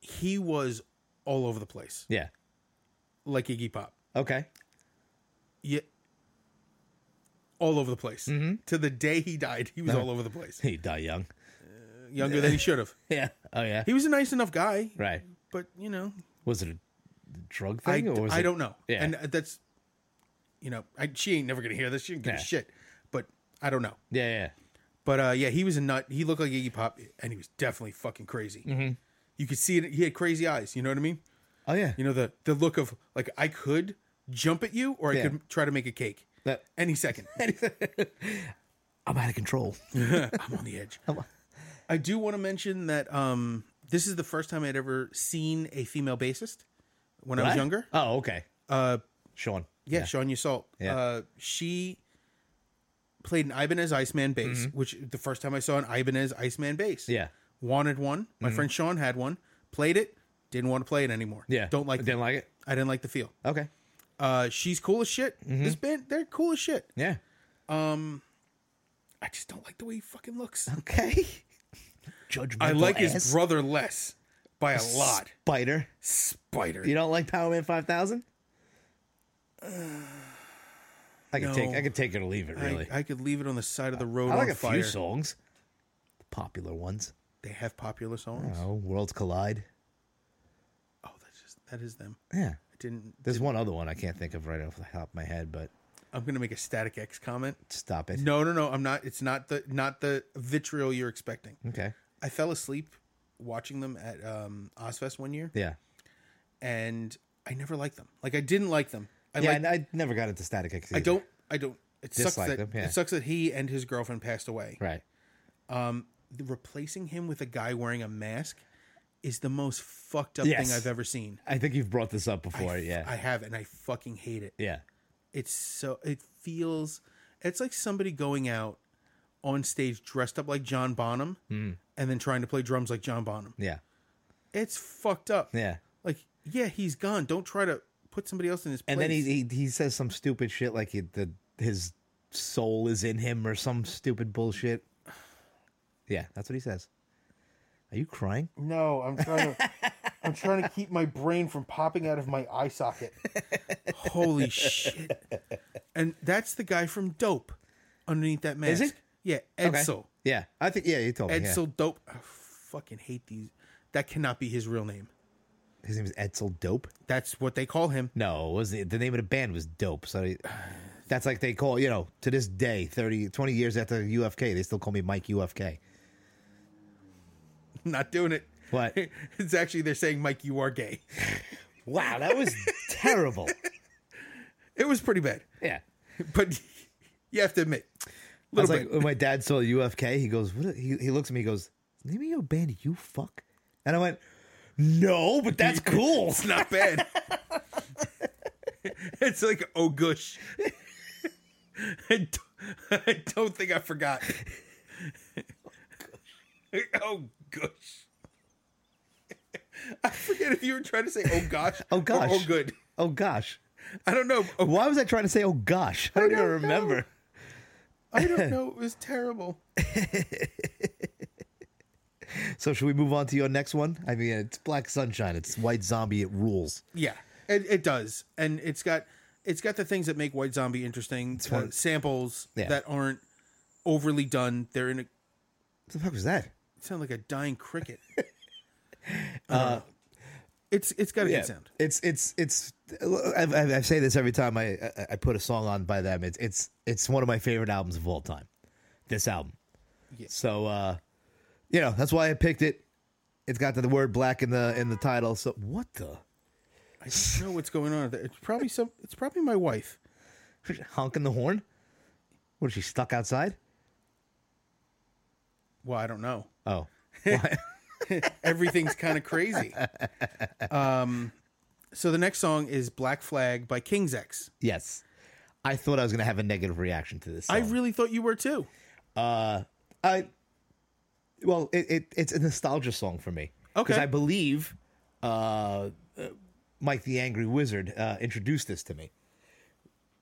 S2: He was all over the place,
S1: Yeah.
S2: like Iggy Pop.
S1: Okay. (laughs)
S2: Yeah. All over the place. To the day he died, he was all over
S1: (laughs)
S2: the place.
S1: He die young.
S2: Younger than he should have.
S1: Yeah. Oh yeah.
S2: He was a nice enough guy,
S1: Right.
S2: but you know,
S1: Was it a drug
S2: I,
S1: thing or was
S2: I
S1: it?
S2: don't know.
S1: Yeah.
S2: And uh, that's, you know, I, she ain't never gonna hear this. She didn't give
S1: Yeah.
S2: a shit. But I don't know.
S1: Yeah. Yeah.
S2: But uh, yeah, he was a nut. He looked like Iggy Pop, and he was definitely fucking crazy. You could see it. He had crazy eyes. You know what I mean?
S1: Oh
S2: (laughs)
S1: yeah.
S2: You know the the look of like I could jump at you, or I
S1: Yeah.
S2: could try to make a cake
S1: That-
S2: any second.
S1: (laughs) I'm out of control.
S2: (laughs) I'm on the edge. I do want to mention that um, this is the first time I'd ever seen a female bassist when I was younger.
S1: Oh, okay.
S2: Uh,
S1: Sean.
S2: yeah, Sean Usault.
S1: Yeah.
S2: Uh, she played an Ibanez Iceman bass, which the first time I saw an Ibanez Iceman bass.
S1: Yeah.
S2: Wanted one. My friend Sean had one. Played it. Didn't want to play it anymore.
S1: Yeah.
S2: Don't like.
S1: Didn't like it.
S2: I didn't like the feel.
S1: Okay.
S2: Uh, she's cool as shit. This band, they're cool as shit.
S1: Yeah.
S2: I just don't like the way he fucking (laughs) looks.
S1: Okay. (laughs) Judgmental.
S2: I like
S1: ass.
S2: his brother less by a lot.
S1: spider.
S2: Spider.
S1: You don't like Power Man Five Thousand? I could take.
S2: no.
S1: I could take it or leave it.
S2: I-
S1: Really.
S2: I, could leave it on the side of the road
S1: I, like
S2: on
S1: a
S2: fire.
S1: few songs, the popular ones.
S2: They have popular songs.
S1: Oh, Worlds Collide.
S2: Oh, that's just that is them.
S1: Yeah.
S2: I didn't.
S1: There's one other one I can't think of right off the top of my head, but
S2: I'm gonna make a Static X comment.
S1: stop it.
S2: No, no, no. I'm not. It's not the not the vitriol you're expecting.
S1: Okay.
S2: I fell asleep watching them at um, Ozfest one year,
S1: Yeah.
S2: and I never liked them. Like I didn't like them. I
S1: Yeah.
S2: like.
S1: and I never got into Static X.
S2: I don't. I don't. It sucks
S1: Dislike
S2: that
S1: them, yeah.
S2: it sucks that he and his girlfriend passed away.
S1: Right.
S2: The- Replacing him with a guy wearing a mask is the most fucked up
S1: Yes.
S2: thing I've ever seen.
S1: I think you've brought this up before.
S2: I f-
S1: yeah.
S2: I have, and I fucking hate it.
S1: yeah.
S2: It's so it feels it's like somebody going
S1: Mm.
S2: out on stage dressed up like John Bonham and then trying to play drums like John Bonham.
S1: Yeah.
S2: It's fucked up.
S1: Yeah.
S2: Like, yeah, he's gone. Don't try to put somebody else in his place.
S1: And then he, he he says some stupid shit like he, the his soul is in him or some stupid bullshit. Yeah, that's what he says. Are you crying?
S2: No, I'm trying to.
S1: (laughs)
S2: I'm trying to keep my brain from popping out of my eye socket. Holy shit! And that's the guy from Dope, underneath that mask.
S1: Is he?
S2: Yeah,
S1: Okay.
S2: Edsel.
S1: Yeah, I think yeah, you told me. yeah.
S2: Edsel Dope. I fucking hate these. That cannot be his real name.
S1: His name is Edsel Dope.
S2: That's what they call him.
S1: No, it wasn't the name of the band was Dope. So he- that's like they call, you know, to this day, 30, 20 years after UFK, they still call me Mike UFK.
S2: (laughs) Not doing it. (laughs)
S1: What?
S2: It's actually they're saying, Mike, you are gay.
S1: Wow, that was
S2: (laughs)
S1: terrible.
S2: It was pretty bad, (laughs)
S1: Yeah.
S2: but you have to admit,
S1: I was
S2: little
S1: like,
S2: bit.
S1: when my dad saw UFK, he goes, what? He, he looks at me, he goes, the name of your band, You Fuck? And I went, no, but
S2: (laughs)
S1: that's cool.
S2: It's
S1: (laughs)
S2: not bad. (laughs) it's like oh gush. (laughs) I, d- I don't think
S1: (laughs)
S2: I forgot. (laughs) oh gush. (laughs) I forget if you were trying to say oh gosh.
S1: (laughs) Oh,
S2: or,
S1: gosh.
S2: oh good.
S1: Oh, gosh.
S2: I
S1: (laughs)
S2: don't know. Oh,
S1: Why was I trying to say, oh, gosh? I don't, even
S2: don't know.
S1: remember.
S2: I don't know. It was terrible.
S1: So, should we move on to your next one? I mean, it's Black Sunshine, it's White Zombie, it rules.
S2: Yeah, it, it does, and it's got it's got the things that make White Zombie interesting. uh,
S1: one-
S2: samples
S1: Yeah.
S2: that aren't overly done. They're in a
S1: What the fuck was that?
S2: sound like a
S1: (laughs)
S2: dying cricket. Uh, it's it's got a good sound.
S1: It's it's it's. I, I, I say this every time I, I I put a song on by them. It's it's it's one of my favorite albums of all time. This album. So uh, you know that's why I picked it. It's got the word black in the in the title. So what the
S2: I don't know what's going on. It's probably some. It's probably my wife.
S1: honking the horn? What is she stuck outside?
S2: Well, I don't know.
S1: Oh, Why?
S2: Everything's kind
S1: (laughs)
S2: of crazy. Um, so the next song is "Black Flag" by King's X.
S1: yes. I thought I was gonna have a negative reaction to this.
S2: I
S1: song.
S2: really thought you were too.
S1: I well, it, it it's a nostalgia song for me.
S2: Okay.
S1: I believe uh, uh, Mike the Angry Wizard uh, introduced this to me.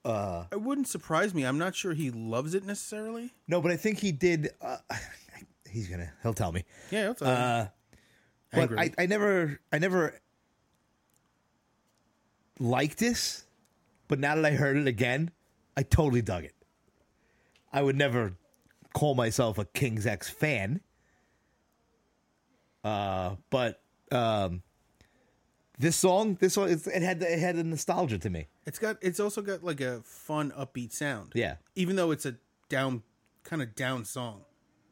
S2: It wouldn't surprise me. I'm not sure he loves it necessarily.
S1: No, but I think he did. Uh, (laughs) he's gonna he'll tell me.
S2: Yeah, that's all right.
S1: But
S2: Angry.
S1: I, I never I never liked this, but now that I heard it again, I totally dug it. I would never call myself a King's X fan. Uh, but um, this song, this song, it's, it had it had a nostalgia to me.
S2: It's got. It's also got like a fun, upbeat sound.
S1: Yeah.
S2: Even though it's a down, kind of down song.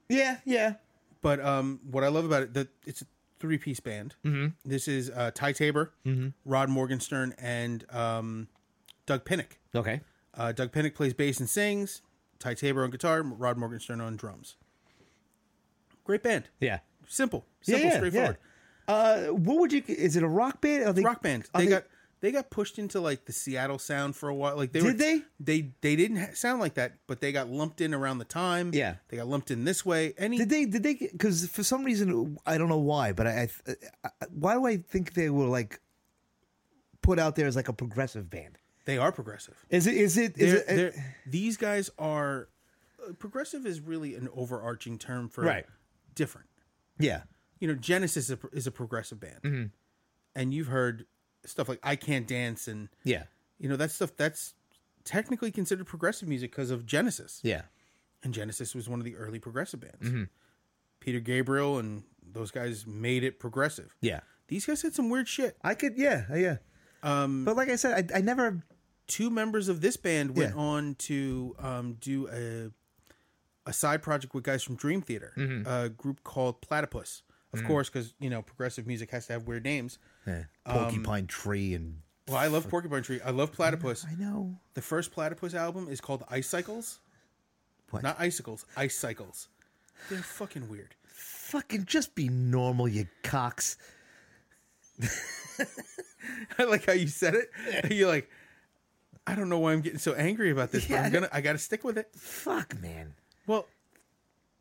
S1: Yeah, yeah.
S2: But um, what I love about it, that it's a three piece band. Mm-hmm. This is uh, Ty Tabor,
S1: Mm-hmm.
S2: Rod Morgenstern, and um, Doug Pinnick.
S1: Okay.
S2: Uh, Doug Pinnick plays bass and sings. Ty Tabor on guitar, Rod Morgenstern on drums. Great band.
S1: Yeah.
S2: Simple,
S1: Yeah,
S2: simple,
S1: yeah,
S2: straightforward.
S1: yeah. Uh, what would you? Is it a rock band? Are they,
S2: Rock band.
S1: are
S2: They, got they got pushed into like the Seattle sound for a while. Like they
S1: Did
S2: were,
S1: they?
S2: They they didn't ha- sound like that, but they got lumped in around the time.
S1: Yeah.
S2: they got lumped in this way. Any
S1: Did they? Did they? Because for some reason, I don't know why, but I, I, I why do I think they were like put out there as like a progressive band?
S2: they are progressive.
S1: Is it? Is it? Is
S2: they're,
S1: it? uh,
S2: they're, these guys are uh, progressive is really an overarching term for
S1: Right.
S2: different.
S1: yeah.
S2: You know, Genesis is a, is a progressive band,
S1: Mm-hmm.
S2: and you've heard stuff like "I Can't Dance" and
S1: Yeah.
S2: you know that stuff. That's technically considered progressive music because of Genesis,
S1: Yeah.
S2: and Genesis was one of the early progressive bands.
S1: Mm-hmm.
S2: Peter Gabriel and those guys made it progressive.
S1: Yeah.
S2: These guys had some weird shit.
S1: I could. Yeah. Yeah. Um. But like I said, I, I never.
S2: two members of this band went
S1: Yeah.
S2: on to um, do a a side project with guys from Dream Theater,
S1: Mm-hmm.
S2: a group called Platypus. Of course, because you know progressive music has to have weird names.
S1: Yeah. Porcupine Tree and.
S2: Well, I love Porcupine Tree. I love Platypus.
S1: I know.
S2: The first Platypus album is called Ice Cycles.
S1: What?
S2: Not icicles, ice cycles. They're fucking weird.
S1: Fucking just be normal, you cocks.
S2: (laughs) I like how you said it. You're like, I don't know why I'm getting so angry about this,
S1: Yeah,
S2: but
S1: I
S2: I'm gonna, I gotta stick with it.
S1: Fuck, man.
S2: Well,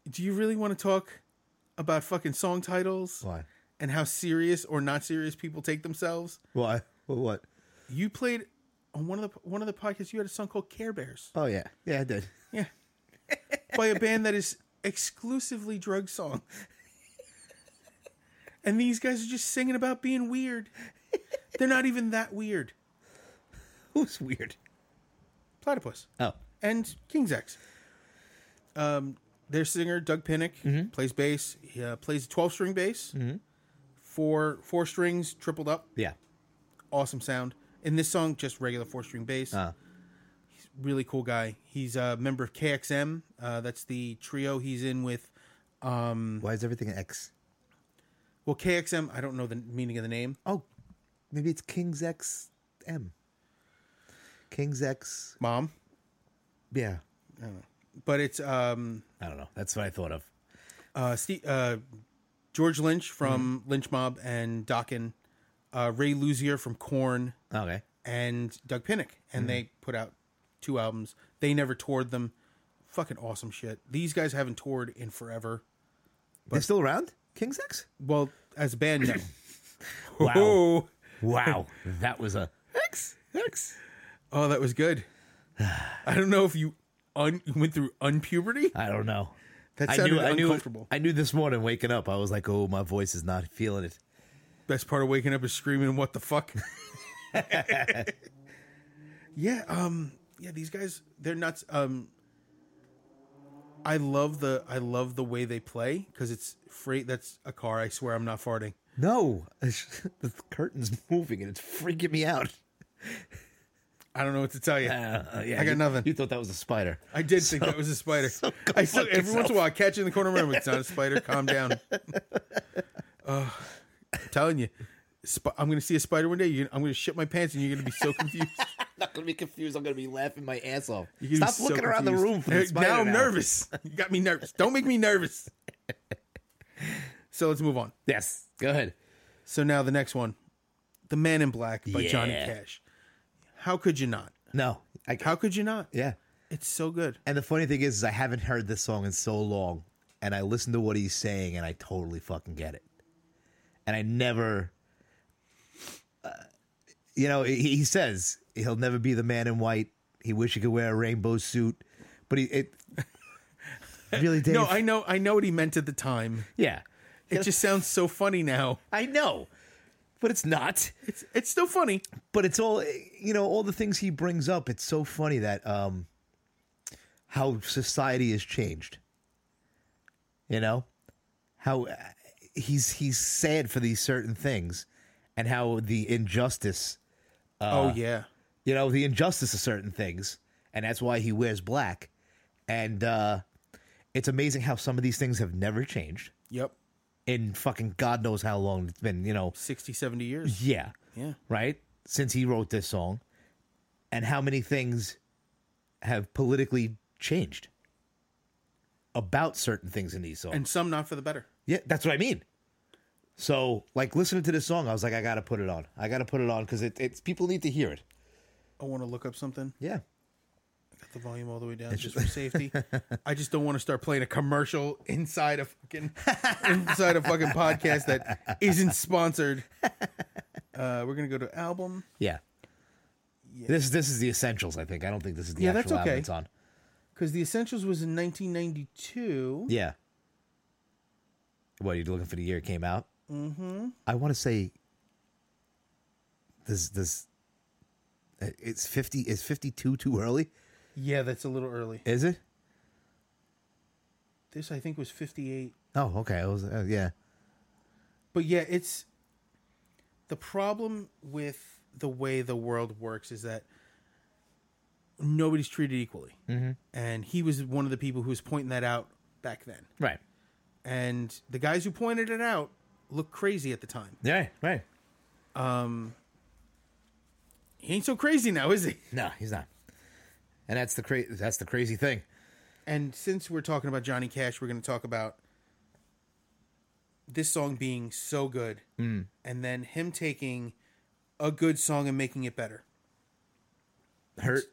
S2: do you really want to talk about fucking song titles
S1: Why?
S2: and how serious or not serious people take themselves.
S1: Why? Well, what?
S2: You played on one of the one of the podcasts. You had a song called Care Bears.
S1: Oh yeah, yeah, I did. (laughs)
S2: Yeah, (laughs) by a band that is exclusively drug song. And these guys are just singing about being weird. They're not even that weird.
S1: Who's weird?
S2: Platypus.
S1: Oh,
S2: and King's X. Um, their singer Doug Pinnick plays bass. He uh, plays twelve string bass, four four strings tripled up.
S1: yeah.
S2: Awesome sound. In this song, just regular four string bass.
S1: Uh.
S2: He's a really cool guy. He's a member of KXM. Uh, that's the trio he's in with.
S1: Why is everything an X?
S2: Well, KXM. I don't know the meaning of the name.
S1: Oh, maybe it's King's X M. King's X.
S2: Mom,
S1: Yeah,
S2: but it's um,
S1: I don't know. That's what I thought of.
S2: uh, Steve, uh, George Lynch from Lynch Mob and Dokken, uh, Ray Luzier from Korn.
S1: Okay.
S2: and Doug Pinnick, and they put out two albums. They never toured them. Fucking awesome shit. These guys haven't toured in forever.
S1: They're still around? King's X?
S2: Well, as a band, no.
S1: Wow.
S2: Oh,
S1: Wow. That was a X. X.
S2: (laughs) oh, that was good. (sighs) I don't know if you un- you went through unpuberty.
S1: I don't know.
S2: That
S1: I
S2: sounded
S1: knew, I knew,
S2: uncomfortable.
S1: I knew this morning waking up, I was like, oh, my voice is not feeling it.
S2: Best part of waking up is screaming, "What the fuck?" yeah, um, yeah. These guys, they're nuts. Um, I love the I love the way they play because it's free. That's a car. I swear, I'm not farting.
S1: No, (laughs) the curtain's moving and it's freaking me out.
S2: I don't know what to tell you.
S1: Uh, yeah,
S2: I got
S1: you-
S2: nothing.
S1: You thought that was a spider. (laughs)
S2: I did think that was a spider. I still,
S1: fuck
S2: every once in
S1: yourself.
S2: a while, I catch it in the corner of my room. It's not a spider.
S1: (laughs)
S2: Calm down. Oh, I'm telling you, sp- I'm going to see a spider one day. You're, I'm going to shit my pants, and you're going to be so
S1: (laughs)
S2: confused.
S1: I'm not gonna be confused. I'm gonna be laughing my ass off.
S2: You're gonna be
S1: Stop
S2: so
S1: looking around the
S2: confused.
S1: room for the
S2: Hey,
S1: spider.
S2: Now I'm nervous. You got me nervous. Don't make me nervous. So let's move on.
S1: Yes, go ahead.
S2: So now the next one, "The Man in Black" by Johnny
S1: Yeah.
S2: Cash. How could you not?
S1: No, I,
S2: How could you not?
S1: yeah.
S2: It's so good.
S1: And the funny thing is, is I haven't heard this song in so long, and I listen to what he's saying, and I totally fucking get it. And I never, uh, you know, he, he says he'll never be the man in white. He wish he could wear a rainbow suit, but he
S2: (laughs)
S1: it really Dave.
S2: No, I know. I know what he meant at the time.
S1: yeah,
S2: It just sounds so funny now.
S1: I know, but it's not.
S2: It's it's still funny.
S1: but it's all you know all the things he brings up it's so funny that um how society has changed you know how uh, he's he's sad for these certain things and how the injustice
S2: oh yeah.
S1: you know the injustice of certain things and that's why he wears black and uh it's amazing how some of these things have never changed
S2: Yep.
S1: in fucking god knows how long it's been you know
S2: 60, 70 (laughs) years.
S1: yeah
S2: Yeah.
S1: right? Since he wrote this song, and how many things have politically changed about certain things in these songs.
S2: And some not for the better.
S1: yeah, that's what I mean. So, like listening to this song, I was like, I gotta put it on. I gotta put it on because it, it's people need to hear it.
S2: I want to look up something.
S1: Yeah,
S2: Got the volume all the way down just for (laughs) safety. I just don't want to start playing a commercial inside a (laughs) fucking inside a fucking podcast that isn't (laughs) sponsored. Uh, we're gonna go to album.
S1: yeah. This this is the essentials. I think. I don't think this is the
S2: Yeah,
S1: actual
S2: that's
S1: album
S2: okay.
S1: it's on.
S2: Because the Essentials was in 1992.
S1: Yeah. What are you looking for? The year it came out. Mm-hmm. I want to say. This this. uh, It's fifty. Is fifty two too early?
S2: Yeah, that's a little early.
S1: Is it?
S2: This I think was 58.
S1: Oh, okay. I was, uh, yeah.
S2: But yeah, it's the problem with the way the world works is that nobody's treated equally. Mm-hmm. And he was one of the people who was pointing that out back then.
S1: Right.
S2: And the guys who pointed it out looked crazy at the time. Um,
S1: Yeah. Right.
S2: He ain't so crazy now, is he?
S1: No, he's not. And that's the cra- that's the crazy thing.
S2: And since we're talking about Johnny Cash, we're going to talk about this song being so good and then him taking a good song and making it better.
S1: Hurt.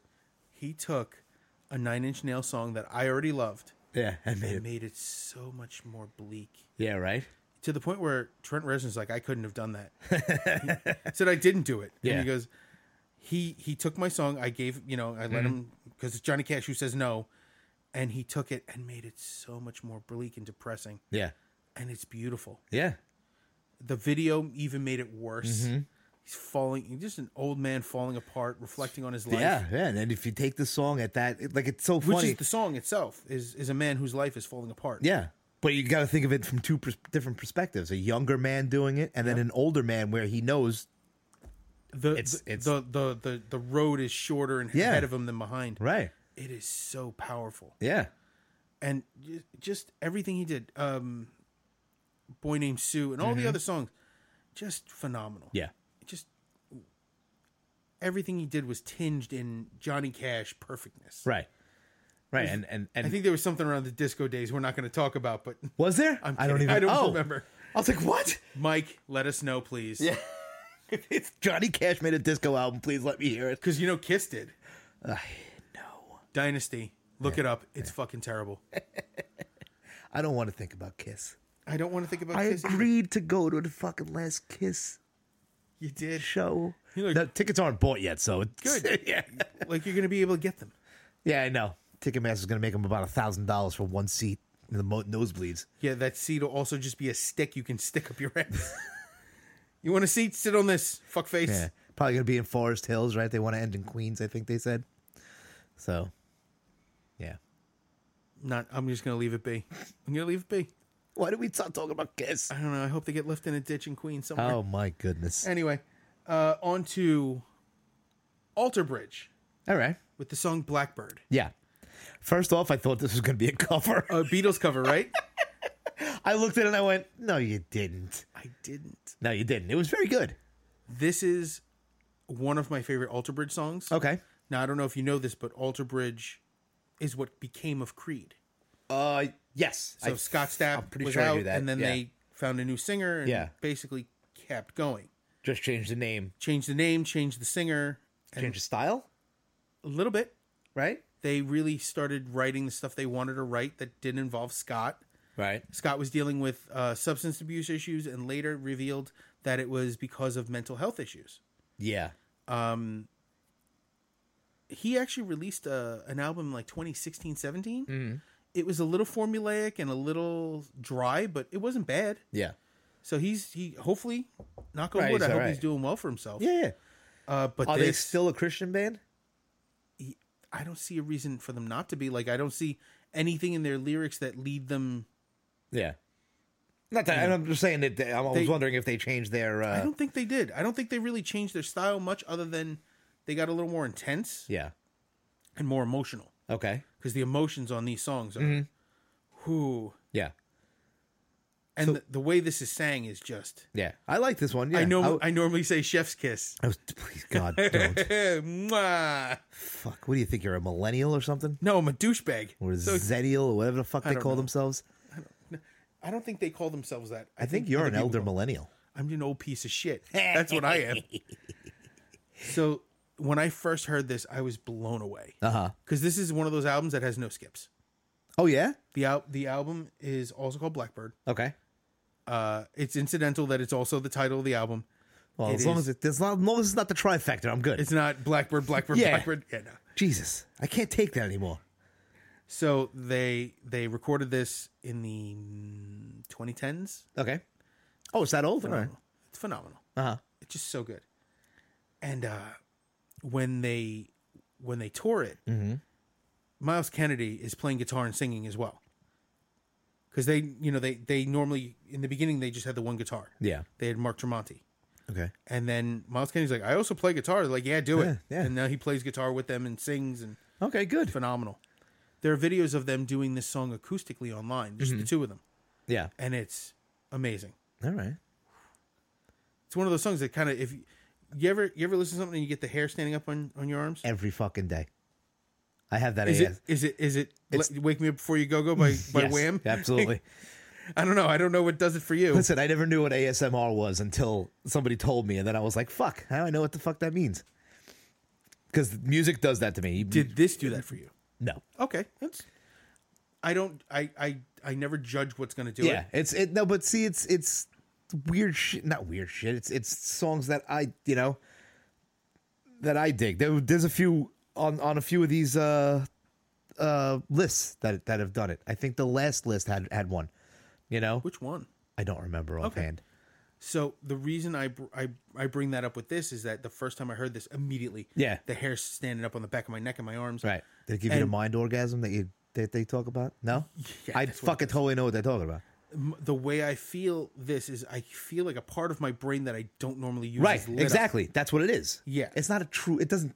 S2: He took a Nine Inch Nail song that I already loved
S1: Yeah. I made
S2: and
S1: it.
S2: made it so much more bleak.
S1: Yeah. Right.
S2: to the point where Trent Reznor's like, I couldn't have done that.
S1: (laughs)
S2: he said I didn't do it.
S1: Yeah.
S2: And he goes, he he took my song. I gave you know I let
S1: Mm-hmm.
S2: him because it's Johnny Cash who says no, and he took it and made it so much more bleak and depressing.
S1: Yeah.
S2: And it's beautiful.
S1: Yeah.
S2: The video even made it worse.
S1: Mm-hmm.
S2: He's falling. He's just an old man falling apart, reflecting on his life.
S1: Yeah. Yeah. And then if you take the song at that, it- like it's so
S2: Which
S1: funny.
S2: is the song itself is is a man whose life is falling apart.
S1: yeah. But you got to think of it from two pers- different perspectives: a younger man doing it, and then an older man where he knows.
S2: the
S1: It's-
S2: the,
S1: it's-
S2: the, the the the road is shorter and
S1: Yeah.
S2: ahead of him than behind.
S1: Right.
S2: It is so powerful,
S1: Yeah.
S2: and ju- just everything he did. Um, boy named Sue and all the other songs, just phenomenal.
S1: Mm-hmm. Yeah.
S2: just everything he did was tinged in Johnny Cash perfectness.
S1: Right. Right. And and and
S2: I think there was something around the disco days we're not going to talk about, but (laughs)
S1: was there?
S2: I'm
S1: I don't
S2: kidding.
S1: even.
S2: I don't
S1: oh.
S2: remember.
S1: I was like, what? (laughs)
S2: Mike, let us know, please. Yeah,
S1: if Johnny Cash made a disco album, please let me hear it.
S2: because you know Kiss did
S1: I know.
S2: Dynasty. Look it up. It's
S1: (laughs)
S2: fucking terrible.
S1: I don't want to think about Kiss.
S2: I don't want to think about
S1: I
S2: Kiss. either.
S1: agreed to go to the fucking last Kiss
S2: You did.
S1: show.
S2: You're like-
S1: no, tickets aren't bought yet, so it's
S2: Good.
S1: (laughs) yeah,
S2: (laughs) like you're gonna be able to get them.
S1: yeah, I know. Ticketmaster's gonna make them about a thousand dollars for one seat in the mo- nosebleeds.
S2: Yeah, that seat will also just be a stick you can stick up your ass. (laughs) you want a seat? Sit on this, fuckface.
S1: Yeah, probably gonna be in Forest Hills, right? They want to end in Queens, I think they said. So, yeah.
S2: Not. I'm just gonna leave it be. I'm gonna leave it be.
S1: Why did we stop talking about Kiss?
S2: I don't know. I hope they get left in a ditch in Queens somewhere.
S1: Oh my goodness!
S2: Anyway, uh, on to Alter Bridge
S1: All right,
S2: with the song Blackbird,
S1: yeah. First off, I thought this was gonna be a cover.
S2: a Beatles cover,
S1: (laughs)
S2: right?
S1: I looked at it and I went, "No, you didn't.
S2: I didn't.
S1: No, you didn't. It was very good."
S2: This is one of my favorite Alter Bridge songs.
S1: Okay.
S2: Now I don't know if you know this, but Alter Bridge is what became of Creed.
S1: Uh, yes.
S2: So Scott Stapp
S1: pretty
S2: was
S1: sure I
S2: out,
S1: knew that,
S2: and then
S1: yeah.
S2: they found a new singer, and
S1: Yeah.
S2: basically kept going.
S1: just changed the name,
S2: Changed the name, changed the singer, and
S1: changed the style,
S2: a little bit.
S1: right?
S2: They really started writing the stuff they wanted to write that didn't involve Scott.
S1: Right.
S2: Scott was dealing with uh, substance abuse issues, and later revealed that it was because of mental health issues.
S1: Yeah.
S2: He actually released a, an album like 2016, 17.
S1: Mm.
S2: It was a little formulaic and a little dry, but it wasn't bad.
S1: Yeah.
S2: So he's he hopefully knock on
S1: Right,
S2: wood.
S1: he's
S2: I hope
S1: alright.
S2: he's doing well for himself.
S1: Yeah.
S2: Uh, but
S1: Are they
S2: this,
S1: still a Christian band?
S2: I don't see a reason for them not to be. Like I don't see anything in their lyrics that lead them.
S1: Yeah. Not that I'm just saying that. They, I was
S2: They-
S1: wondering if they changed their.
S2: I
S1: Uh,
S2: don't think they did. I don't think they really changed their style much, other than they got a little more intense
S1: yeah.
S2: and more emotional.
S1: Okay.
S2: Because the emotions on these songs are,
S1: Mm-hmm.
S2: whoo,
S1: Yeah.
S2: and the, the way this is sang is just.
S1: Yeah. I like this one. Yeah.
S2: I know.
S1: w-
S2: I, normally say "Chef's Kiss." (laughs)
S1: I was, please God, don't.
S2: Mwah.
S1: Fuck. What do you think? You're a millennial or something?
S2: no, I'm a douchebag.
S1: Or a
S2: So-
S1: zenial or whatever the fuck they
S2: don't
S1: call
S2: know.
S1: themselves?
S2: I don't think they call themselves that.
S1: I think you're
S2: other
S1: an
S2: people
S1: elder
S2: call-
S1: millennial.
S2: I'm an old piece
S1: (laughs)
S2: of shit. That's what I am. So when I first heard this, I was blown away
S1: Uh huh.
S2: because this is one of those albums that has no skips.
S1: Oh yeah.
S2: The al- the album is also called Blackbird.
S1: Okay.
S2: Uh, it's incidental that it's also the title of the album.
S1: Well,
S2: It
S1: as long
S2: is-
S1: as it, as long as it's not the trifecta, I'm good.
S2: It's not Blackbird, Blackbird,
S1: Yeah.
S2: Blackbird. Yeah, no.
S1: Jesus, I can't take that anymore.
S2: So they they recorded this in the mm, 2010s.
S1: Okay. Oh, it's that old? All right.
S2: It's phenomenal.
S1: Uh huh.
S2: It's just so good. And uh, when they when they tour it, Miles Kennedy is playing guitar and singing as well. Because they, you know, they they normally in the beginning they just had the one guitar.
S1: Yeah.
S2: They had Mark Tremonti,
S1: Okay.
S2: and then Miles Kennedy's like, I also play guitar. They're like, yeah, do it.
S1: Yeah, yeah.
S2: And now he plays guitar with them and sings and
S1: Okay. Good.
S2: phenomenal. There are videos of them doing this song acoustically online, just the two of them,
S1: Yeah.
S2: and it's amazing.
S1: All right.
S2: It's one of those songs that kind of if you, you ever you ever listen to something and you get the hair standing up on on your arms.
S1: Every fucking day. I have that
S2: Is
S1: AF.
S2: it is it is it Let- Wake Me Up Before You Go
S1: (laughs)
S2: Go by by
S1: Yes,
S2: Wham? (laughs)
S1: Absolutely.
S2: I don't know. I don't know what does it for (laughs) you.
S1: Listen, I never knew what ASMR was until somebody told me, and then I was like, "Fuck! How do I know what the fuck that means?" Because music does that to me. You-
S2: Did this do that for you?
S1: no.
S2: Okay, that's. I don't. I I I never judge what's gonna do
S1: Yeah,
S2: it.
S1: it's it. No, but see, it's it's weird shit. Not weird shit. It's it's songs that I you know that I dig. There, there's a few on on a few of these uh uh lists that that have done it. I think the last list had had one. You know,
S2: Which one?
S1: I don't remember offhand.
S2: So the reason I, br- I I bring that up with this is that the first time I heard this, immediately,
S1: Yeah.
S2: the hair standing up on the back of my neck and my arms.
S1: Right? Did it give you the
S2: And-
S1: mind orgasm that you that they talk about? (laughs) No,
S2: Yeah,
S1: I
S2: that's what it
S1: fucking totally know what they're talking about.
S2: M- The way I feel this is, I feel like a part of my brain that I don't normally use.
S1: Right,
S2: is lit up.
S1: exactly. That's what it is.
S2: Yeah.
S1: it's not a true. It doesn't.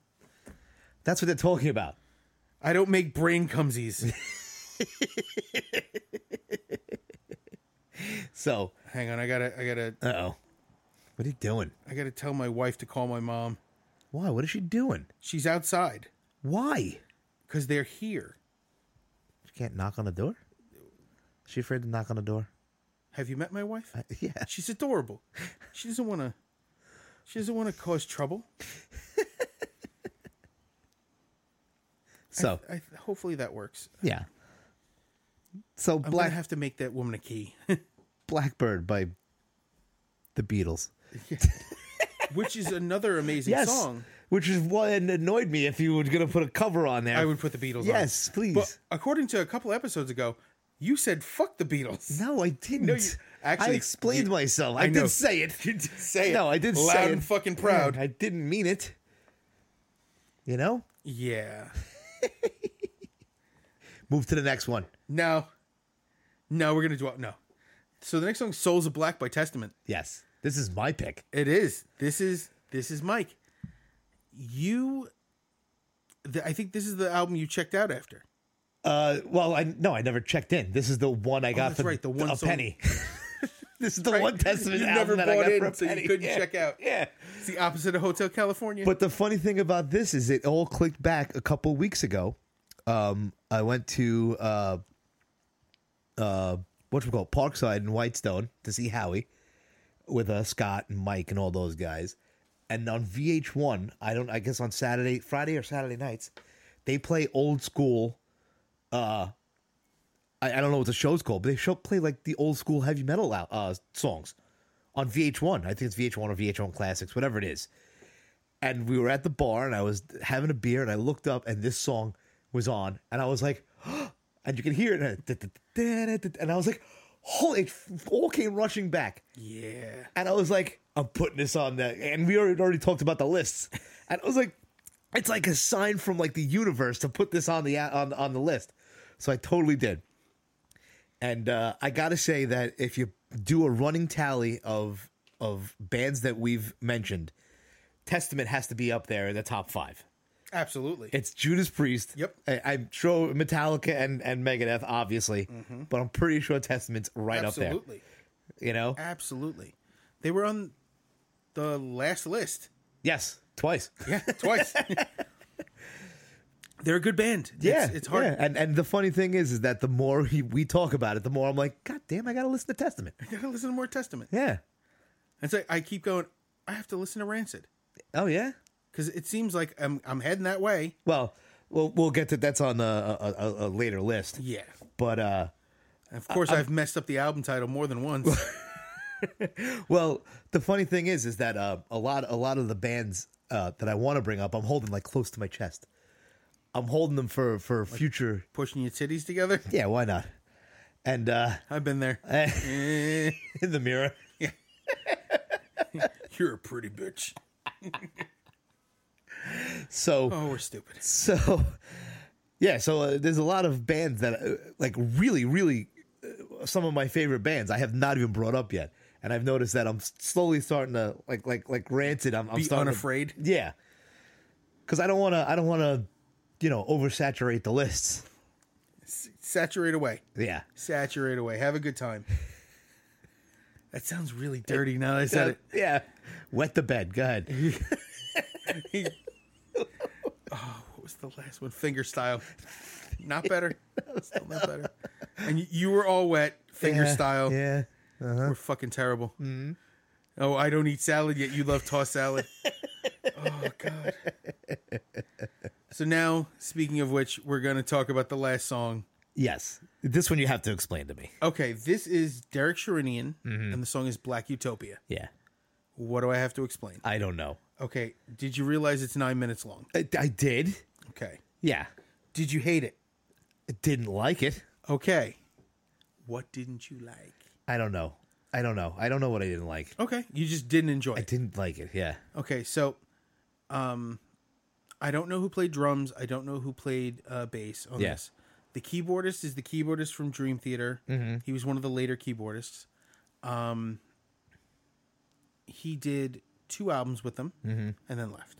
S1: That's what they're talking about.
S2: I don't make brain cumsies.
S1: So,
S2: (laughs) Hang on, I gotta I gotta
S1: uh oh, what are you doing?
S2: I gotta tell my wife to call my mom.
S1: Why? What is she doing?
S2: She's outside
S1: Why?
S2: because they're here.
S1: She can't knock on the door. Is she afraid to knock on the door?
S2: Have you met my wife?
S1: Uh, Yeah.
S2: She's adorable. She doesn't want to. She doesn't want to cause trouble.
S1: So
S2: I, hopefully that works.
S1: yeah. So
S2: I'm
S1: black
S2: gonna have to make that woman a key, (laughs)
S1: Blackbird by the Beatles.
S2: which is another amazing
S1: Yes.
S2: song.
S1: Which is what annoyed me. If you were gonna put a cover on there,
S2: I would put the Beatles.
S1: Yes,
S2: on.
S1: please.
S2: But according to a couple episodes ago, you said "fuck the Beatles."
S1: no, I didn't.
S2: No, you- actually,
S1: I explained
S2: you-
S1: myself. I,
S2: know.
S1: did say it.
S2: (laughs) You did say it.
S1: No, I did
S2: Loud
S1: say it.
S2: and fucking proud.
S1: I didn't mean it. You know,
S2: Yeah.
S1: move to the next one.
S2: No. No, we're gonna do no. So the next song, "Souls of Black" by Testament.
S1: Yes, this is my pick.
S2: It is. This is this is Mike. You. th- I think this is the album you checked out after.
S1: Uh, well, I no, I never checked in. This is the one I got
S2: Oh, that's
S1: for
S2: right, the one
S1: a
S2: song-
S1: penny. (laughs) this is the one Testament
S2: You never
S1: album that I
S2: bought
S1: got
S2: in,
S1: for a
S2: so you
S1: penny.
S2: couldn't
S1: Yeah,
S2: check out.
S1: Yeah,
S2: It's the opposite of Hotel California.
S1: but the funny thing about this is it all clicked back a couple weeks ago. Um, I went to uh, uh, what we call Parkside in Whitestone to see Howie with uh, Scott and Mike and all those guys. And on VH1, I don't, I guess on Saturday, Friday or Saturday nights, they play old school. Uh, I, I don't know what the show's called, but they show play like the old school heavy metal out- uh, songs on VH1. I think it's VH1 or VH1 Classics, whatever it is. And we were at the bar, and I was having a beer, and I looked up, and this song was on, and I was like, (gasps) and you can hear it, and I was like, holy! It all came rushing back.
S2: yeah.
S1: And I was like, I'm putting this on the. And we already, already talked about the lists. And I was like, it's like a sign from like the universe to put this on the on on the list. So I totally did. And uh, I gotta say that if you do a running tally of of bands that we've mentioned, Testament has to be up there in the top five.
S2: Absolutely.
S1: It's Judas Priest.
S2: Yep.
S1: I, I'm sure Metallica and and Megadeth, obviously, but I'm pretty sure Testament's right up
S2: Absolutely.
S1: there. You know,
S2: Absolutely. They were on the last list.
S1: yes, twice. (laughs)
S2: Yeah, twice. They're a good band.
S1: Yeah,
S2: It's, it's hard.
S1: yeah. And and the funny thing is, is that the more he, we talk about it, the more I'm like, God damn, I gotta listen to Testament.
S2: I gotta listen to more Testament.
S1: Yeah.
S2: And so I keep going, I have to listen to Rancid.
S1: Oh yeah.
S2: Because it seems like I'm, I'm heading that way.
S1: Well, we'll we'll get to that's on a, a, a, a later list.
S2: Yeah.
S1: But uh,
S2: And of course, i have messed up the album title more than once. (laughs)
S1: well, the funny thing is, is that uh, a lot a lot of the bands uh that I want to bring up, I'm holding like close to my chest. I'm holding them for for future.
S2: Pushing your titties together.
S1: Yeah, why not? And uh (laughs)
S2: I've been there. (laughs) Eh,
S1: in the mirror.
S2: You're a pretty bitch.
S1: So.
S2: Oh, we're stupid.
S1: So, yeah, so uh, there's a lot of bands that, uh, like, really, really, uh, some of my favorite bands I have not even brought up yet, and I've noticed that I'm slowly starting to like, like, like ranted. I'm, I'm
S2: Be
S1: starting to-
S2: unafraid.
S1: yeah, because I don't want to, I don't want to, you know, oversaturate the lists.
S2: Saturate away.
S1: Yeah,
S2: Saturate away. Have a good time. That sounds really dirty now that I said it.
S1: yeah. Wet the bed. Go ahead.
S2: What was the last one? Finger style. Not better. (laughs) Still not better. And y- you were all wet. (laughs) Finger
S1: Yeah,
S2: style.
S1: Yeah.
S2: We're fucking terrible. Oh, I don't eat salad yet. You love tossed salad. oh God. So now, speaking of which, we're gonna talk about the last song
S1: Yes, this one you have to explain to me.
S2: Okay, this is Derek Sherinian, and the song is Black Utopia.
S1: Yeah,
S2: What do I have to explain?
S1: I don't know.
S2: Okay, did you realize it's nine minutes long?
S1: I, I did.
S2: Okay.
S1: Yeah,
S2: Did you hate it?
S1: I didn't like it.
S2: Okay. What didn't you like?
S1: I don't know. I don't know. I don't know what I didn't like.
S2: Okay, you just didn't enjoy
S1: I
S2: it.
S1: didn't like it. Yeah.
S2: Okay, so, um, I don't know who played drums. I don't know who played uh, bass on
S1: Yeah.
S2: this. The keyboardist is the keyboardist from Dream Theater.
S1: Mm-hmm.
S2: He was one of the later keyboardists. Um, he did two albums with them
S1: Mm-hmm.
S2: and then left.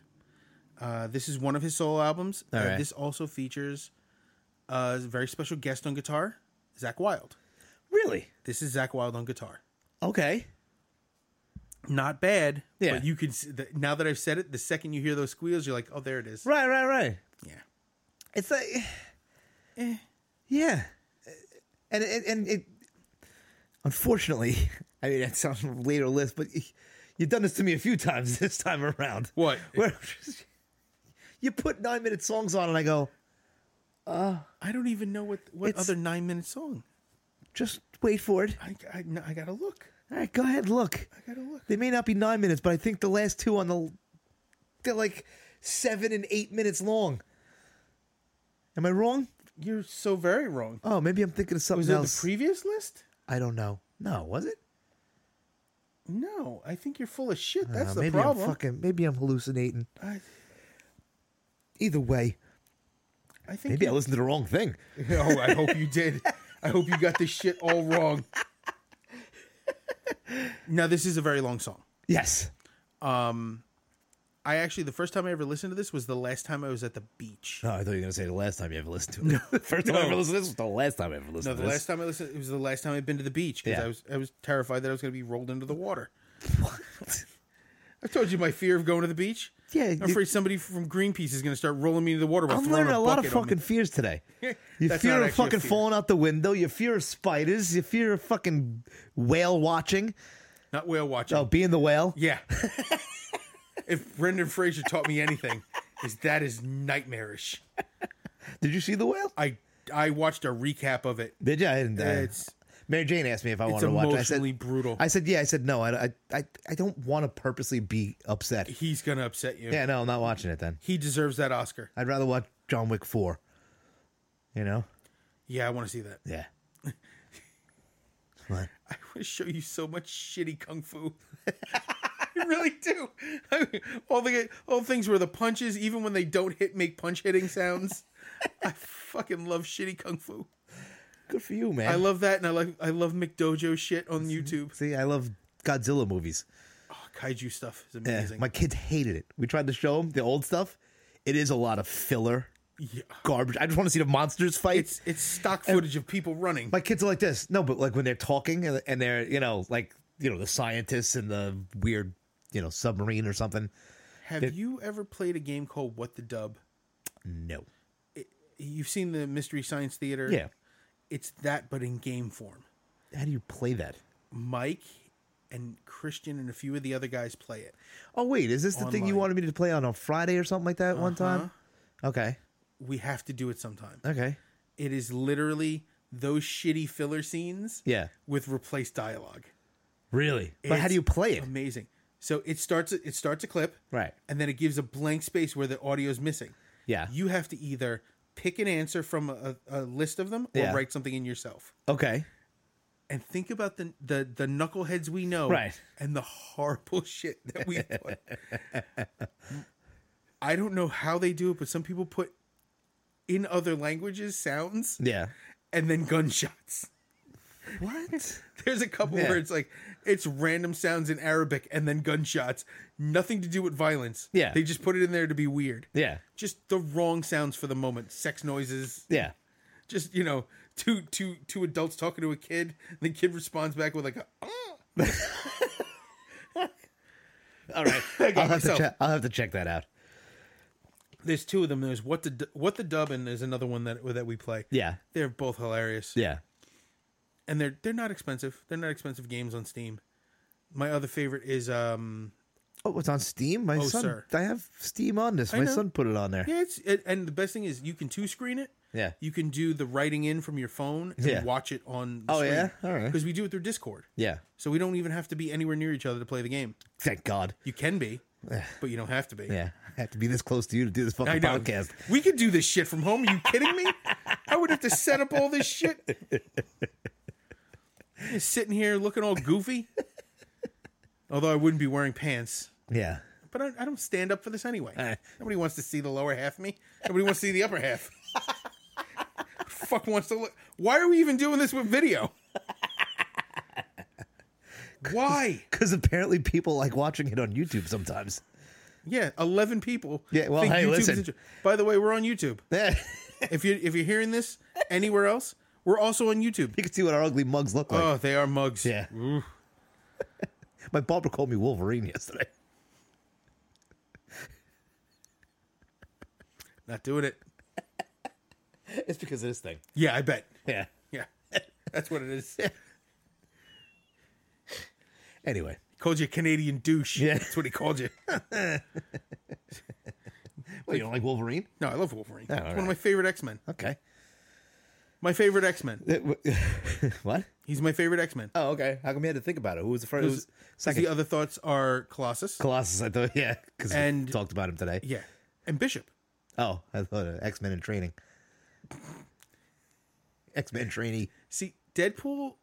S2: Uh, this is one of his solo albums. Uh,
S1: right.
S2: This also features uh, a very special guest on guitar, Zach Wild.
S1: Really?
S2: This is Zach Wild on guitar.
S1: Okay.
S2: Not bad.
S1: Yeah.
S2: But you can s- the, now that I've said it, the second you hear those squeals, you're like, oh, there it is.
S1: Right. Right. Right.
S2: Yeah.
S1: It's like, yeah, and and, and it. Unfortunately, (laughs) I mean that sounds from a later list, but y- you've done this to me a few times (laughs) this time around.
S2: What?
S1: Where you put nine minute songs on, and I go,
S2: I don't even know what what
S1: It's-
S2: other nine minute song.
S1: just wait for it.
S2: I, I, no, I gotta look.
S1: All right, go ahead, look.
S2: I gotta look.
S1: They may not be nine minutes, but I think the last two on the they're like seven and eight minutes long. Am I wrong?
S2: You're so very wrong.
S1: Oh, maybe I'm thinking of something
S2: Was it the
S1: else.
S2: previous list?
S1: I don't know. No, was it?
S2: No, I think you're full of shit.
S1: Uh,
S2: That's the
S1: maybe
S2: problem.
S1: I'm fucking. Maybe I'm hallucinating.
S2: I,
S1: Either way,
S2: I think.
S1: maybe I
S2: you-
S1: listened to the wrong thing.
S2: (laughs) oh, I hope you did. I hope you got this shit all
S1: (laughs)
S2: wrong. now this is a very long song.
S1: Yes.
S2: I actually the first time I ever listened to this was the last time I was at the beach.
S1: No, I thought you were gonna say the last time you ever listened to it. (laughs) No, first time I ever listened to this was the last time I ever listened
S2: No,
S1: to
S2: the
S1: this.
S2: last time I listened, it was the last time I'd been to the beach because
S1: Yeah.
S2: I was I was terrified that I was going to be rolled into the water.
S1: (laughs)
S2: I told you my fear of going to the beach.
S1: Yeah,
S2: I'm
S1: you-
S2: afraid somebody from Greenpeace is going to start rolling me into the water. While
S1: I'm
S2: throwing
S1: learning a lot of
S2: bucket on me.
S1: fucking fears (laughs) today. Your
S2: That's
S1: fear
S2: not
S1: of
S2: actually a
S1: fucking
S2: fear.
S1: falling out the window. Your fear of spiders. Your fear of fucking whale watching.
S2: Not whale watching.
S1: Oh, being the whale. (laughs)
S2: Yeah. if Brendan Fraser taught me anything, is that is nightmarish.
S1: Did you see the whale?
S2: I I watched a recap of it.
S1: Did you? I didn't. I,
S2: It's
S1: Mary Jane asked me if I
S2: it's
S1: wanted to watch. it. I
S2: emotionally
S1: said.
S2: brutal.
S1: I said yeah. I said no. I I I, I don't want to purposely be upset.
S2: He's going to upset you.
S1: Yeah, no, I'm not watching it then.
S2: He deserves that Oscar.
S1: I'd rather watch John Wick four. You know?
S2: Yeah, I want to see that. (laughs)
S1: Yeah. Come on.
S2: I want to show you so much shitty kung fu. (laughs) I really do. I mean, all the all things where the punches, even when they don't hit, make punch hitting (laughs) sounds. I fucking love shitty kung fu.
S1: Good for you, man.
S2: I love that, and I like I love McDojo shit on YouTube.
S1: See, I love Godzilla movies.
S2: Oh, kaiju stuff is
S1: Yeah,
S2: amazing.
S1: my kids hated it. We tried to show them the old stuff. It is a lot of filler,
S2: Yeah.
S1: garbage. I just want to see the monsters fight.
S2: It's it's stock footage of people running.
S1: my kids are like this. No, but like when they're talking and, and they're you know like you know the scientists and the weird you know submarine or something.
S2: Have you ever played a game called What the Dub?
S1: No.
S2: You've seen the Mystery Science Theater.
S1: Yeah.
S2: it's that, but in game form.
S1: How do you play that?
S2: Mike and Christian and a few of the other guys play it.
S1: Oh wait, is this the thing you
S2: Online. Uh-huh.
S1: wanted me to play on a Friday or something like that one time? Okay.
S2: we have to do it sometime.
S1: Okay.
S2: It is literally those shitty filler scenes
S1: Yeah.
S2: with replaced dialogue.
S1: Really? But how do
S2: It's
S1: you play it?
S2: Amazing. So it starts it starts a clip.
S1: Right.
S2: And then it gives a blank space where the audio is missing.
S1: Yeah.
S2: You have to either pick an answer from a, a list of them or
S1: Yeah.
S2: write something in yourself.
S1: Okay.
S2: And think about the the, the knuckleheads we know
S1: Right.
S2: and the horrible (laughs) shit that we put. I don't know how they do it, but some people put in other languages sounds
S1: Yeah.
S2: and then gunshots. (laughs)
S1: What?
S2: There's a couple
S1: Yeah.
S2: where it's like it's random sounds in Arabic and then gunshots. Nothing to do with violence.
S1: Yeah.
S2: They just put it in there to be weird.
S1: (laughs) yeah.
S2: Just the wrong sounds for the moment. Sex noises.
S1: Yeah.
S2: Just, you know, two two two adults talking to a kid, and the kid responds back with like a "Ah."
S1: (laughs) All
S2: (laughs)
S1: right.
S2: got
S1: I'll have to
S2: myself.
S1: check. I'll have to check that out.
S2: There's two of them. There's what the Du- what the dub and there's another one that that we play.
S1: Yeah.
S2: They're both hilarious.
S1: Yeah.
S2: And they're they're not expensive. They're not expensive games on Steam. My other favorite is um
S1: Oh, it's on Steam. My son.
S2: sir.
S1: I have Steam on this. My
S2: know.
S1: son put it on there.
S2: yeah, it's it, and the best thing is you can two screen it
S1: Yeah.
S2: You can do the writing in from your phone and
S1: Yeah.
S2: watch it on. The
S1: Oh, yeah? All right.
S2: Because we do it through Discord,
S1: Yeah.
S2: so we don't even have to be anywhere near each other to play the game.
S1: Thank God.
S2: You can be, but you don't have to be.
S1: Yeah. I have to be this close to you to do this fucking podcast.
S2: We could do this shit from home. Are you kidding me? I would have to set up all this shit. Just sitting here looking all goofy. Although I wouldn't be wearing pants.
S1: Yeah.
S2: But I, I don't stand up for this anyway.
S1: Eh.
S2: Nobody wants to see the lower half of me. Nobody wants to see the upper half. (laughs) Fuck wants to look. Why are we even doing this with video? Why?
S1: Because apparently people like watching it on YouTube sometimes. (laughs)
S2: Yeah, eleven people.
S1: Yeah, well, hey,
S2: YouTube's
S1: listen.
S2: inter- By the way, we're on YouTube.
S1: Yeah.
S2: if you if you're hearing this anywhere else, we're also on YouTube.
S1: you can see what our ugly mugs look like.
S2: Oh, they are mugs.
S1: yeah.
S2: Ooh.
S1: My barber called me Wolverine yesterday.
S2: not doing it.
S1: It's because of this thing.
S2: Yeah, I bet.
S1: Yeah.
S2: Yeah, (laughs) that's what it is.
S1: Anyway,
S2: Called you a Canadian douche.
S1: Yeah.
S2: that's what he
S1: (laughs)
S2: called you.
S1: well, you don't like Wolverine?
S2: No, I love Wolverine.
S1: Oh,
S2: it's
S1: all
S2: one of
S1: right.
S2: my favorite X Men.
S1: Okay.
S2: My favorite X Men.
S1: (laughs) what?
S2: He's my favorite X Men.
S1: Eh, Oh, okay. How come you had to think about it? Who was the uh, first? Who was second?
S2: The other thoughts are Colossus.
S1: Colossus. I thought, yeah, because we
S2: And-
S1: talked about him today.
S2: yeah, and Bishop.
S1: Oh, I thought uh, X Men in training. X Men trainee.
S2: See, Deadpool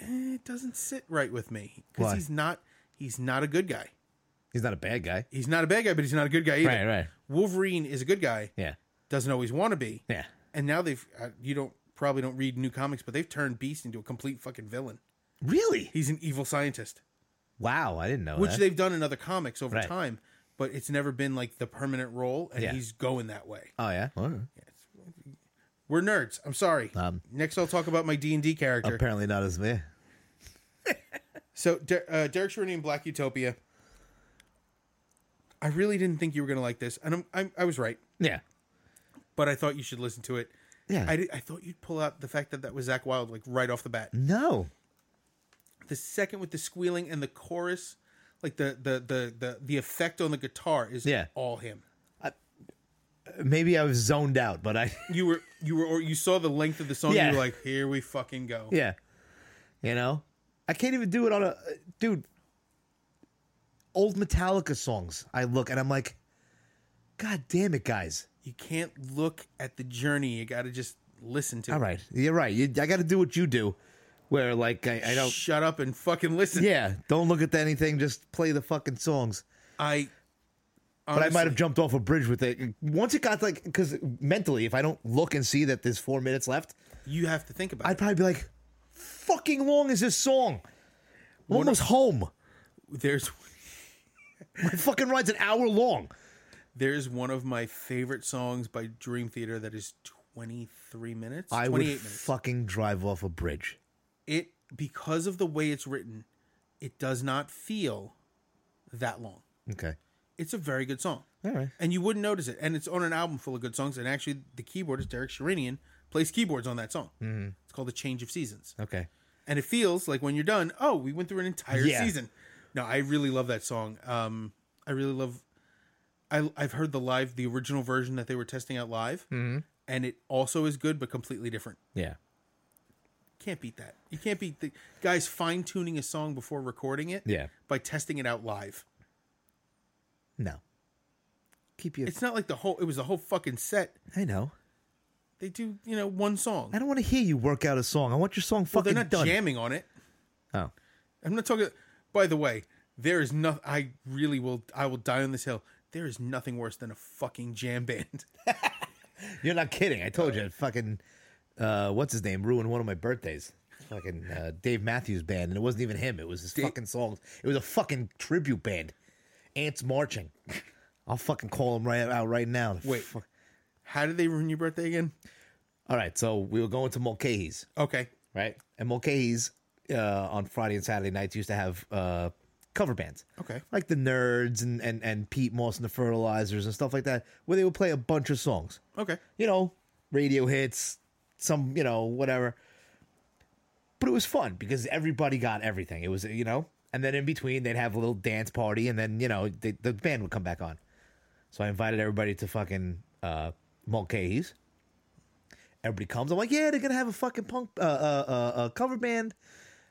S2: eh, doesn't sit right with me
S1: Why?
S2: because he's not he's not a good guy.
S1: He's not a bad guy.
S2: He's not a bad guy, but he's not a good guy either.
S1: Right, right.
S2: Wolverine is a good guy.
S1: Yeah,
S2: Doesn't always want to be.
S1: yeah.
S2: And now they've uh, you don't probably don't read new comics, but they've turned Beast into a complete fucking villain.
S1: Really?
S2: He's an evil scientist,
S1: Wow, I didn't know
S2: which
S1: that.
S2: they've done in other comics over
S1: Right.
S2: time, but it's never been like the permanent role, and
S1: Yeah.
S2: he's going that way.
S1: oh yeah. All right.
S2: We're nerds. I'm sorry.
S1: Um,
S2: Next, I'll talk about my D and D character.
S1: Apparently not as me.
S2: so, Der- uh, Derek Sherinian, Black Utopia. I really didn't think you were going to like this, and I'm, I'm I was right.
S1: Yeah.
S2: But I thought you should listen to it.
S1: Yeah.
S2: I, did- I thought you'd pull out the fact that that was Zach Wilde like right off the bat.
S1: no.
S2: the second with the squealing and the chorus like the the the the, the effect on the guitar is
S1: Yeah.
S2: all him
S1: Maybe I was zoned out, but I. (laughs)
S2: you were you were or you saw the length of the song
S1: Yeah.
S2: you were like here we fucking go
S1: Yeah. You know, I can't even do it on a dude. Old Metallica songs. I look and I'm like, God damn it, guys!
S2: you can't look at the journey you gotta just listen to
S1: All
S2: it
S1: right, you're right. You, I got to do what you do, where like I, I don't.
S2: shut up and fucking listen
S1: Yeah, don't look at anything. Just play the fucking songs.
S2: i
S1: But I
S2: honestly-
S1: might have jumped off a bridge with it. Once it got like, because mentally, if I don't look and see that there's four minutes left,
S2: you have to think about
S1: I'd probably be like, "Fucking long is this song? I'm almost home.
S2: it there's
S1: My fucking ride's an hour long."
S2: there's one of my favorite songs by dream theater that is 23 minutes
S1: I
S2: 28
S1: would
S2: minutes
S1: fucking drive off a bridge.
S2: it because of the way it's written, it does not feel that long.
S1: Okay.
S2: It's a very good song,
S1: All right.
S2: and you wouldn't notice it. And it's on an album full of good songs. And actually, the keyboardist Derek Sherinian plays keyboards on that song.
S1: Mm-hmm.
S2: Mm. It's called "The Change of Seasons,"
S1: Okay.
S2: and it feels like when you're done, oh, we went through an entire
S1: Yeah.
S2: season. No, I really love that song. Um, I really love. I, I've heard the live, the original version that they were testing out live,
S1: Mm-hmm.
S2: and it also is good, but completely different.
S1: Yeah.
S2: Can't beat that. You can't beat the guys fine tuning a song before recording it.
S1: Yeah.
S2: By testing it out live.
S1: No. Keep you.
S2: It's not like the whole it was the whole fucking set.
S1: I know.
S2: They do, you know, one song.
S1: I don't want to hear you work out a song. I want your song
S2: They're
S1: fucking
S2: not
S1: done.
S2: jamming on it.
S1: oh.
S2: I'm not talking by the way, there is nothing I really will I will die on this hill. There is nothing worse than a fucking jam band. (laughs)
S1: You're not kidding. I told you. Fucking, uh, what's his name? Ruined one of my birthdays. Fucking uh, Dave Matthews Band. And it wasn't even him. It was his fucking songs. It was a fucking tribute band. Ants Marching. I'll fucking call him right out right now.
S2: Wait.
S1: Fuck.
S2: How did they ruin your birthday again?
S1: All right. So we were going to Mulcahy's.
S2: Okay.
S1: right? And Mulcahy's uh, on Friday and Saturday nights used to have uh, cover bands.
S2: Okay.
S1: Like the Nerds and, and, and Pete Moss and the Fertilizers and stuff like that, where they would play a bunch of songs.
S2: Okay.
S1: You know, radio hits, some, you know, whatever. But it was fun because everybody got everything. It was, you know, and then in between they'd have a little dance party and then, you know, they, the band would come back on. So I invited everybody to fucking uh, Mulcahy's. Everybody comes. I'm like, yeah, they're gonna have a fucking punk uh, uh, uh, uh, cover band,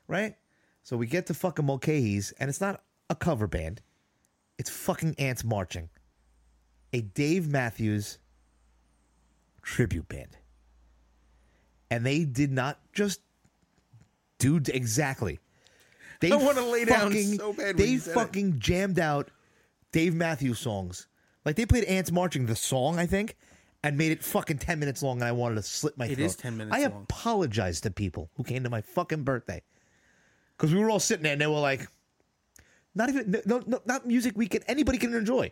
S1: right? So we get to fucking Mulcahy's, and it's not a cover band. It's fucking ants marching. A Dave Matthews tribute band. And they did not just do exactly. They
S2: (laughs) I wanna lay down
S1: fucking-
S2: so bad when
S1: They
S2: you said it.
S1: fucking jammed out Dave Matthews songs. Like they played Ants Marching, the song, I think, and made it fucking 10 minutes long, and I wanted to slit my
S2: It
S1: throat.
S2: is 10 minutes
S1: I
S2: long.
S1: apologize to people who came to my fucking birthday. Because we were all sitting there and they were like, not even, no, no, no, not music we can, anybody can enjoy.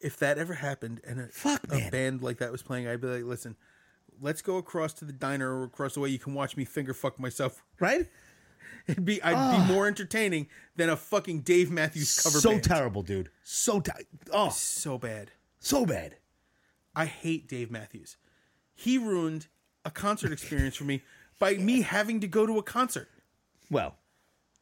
S2: If that ever happened and a,
S1: Fuck,
S2: a
S1: man.
S2: band like that was playing, I'd be like, listen, let's go across to the diner or across the way. You can watch me finger fuck myself. (laughs)
S1: Right?
S2: It'd be I'd be more entertaining than a fucking Dave Matthews cover
S1: Ah. so
S2: band.
S1: terrible, dude. So, ter- oh,
S2: so bad.
S1: so bad.
S2: I hate Dave Matthews. He ruined a concert experience for me by me having to go to a concert.
S1: Well,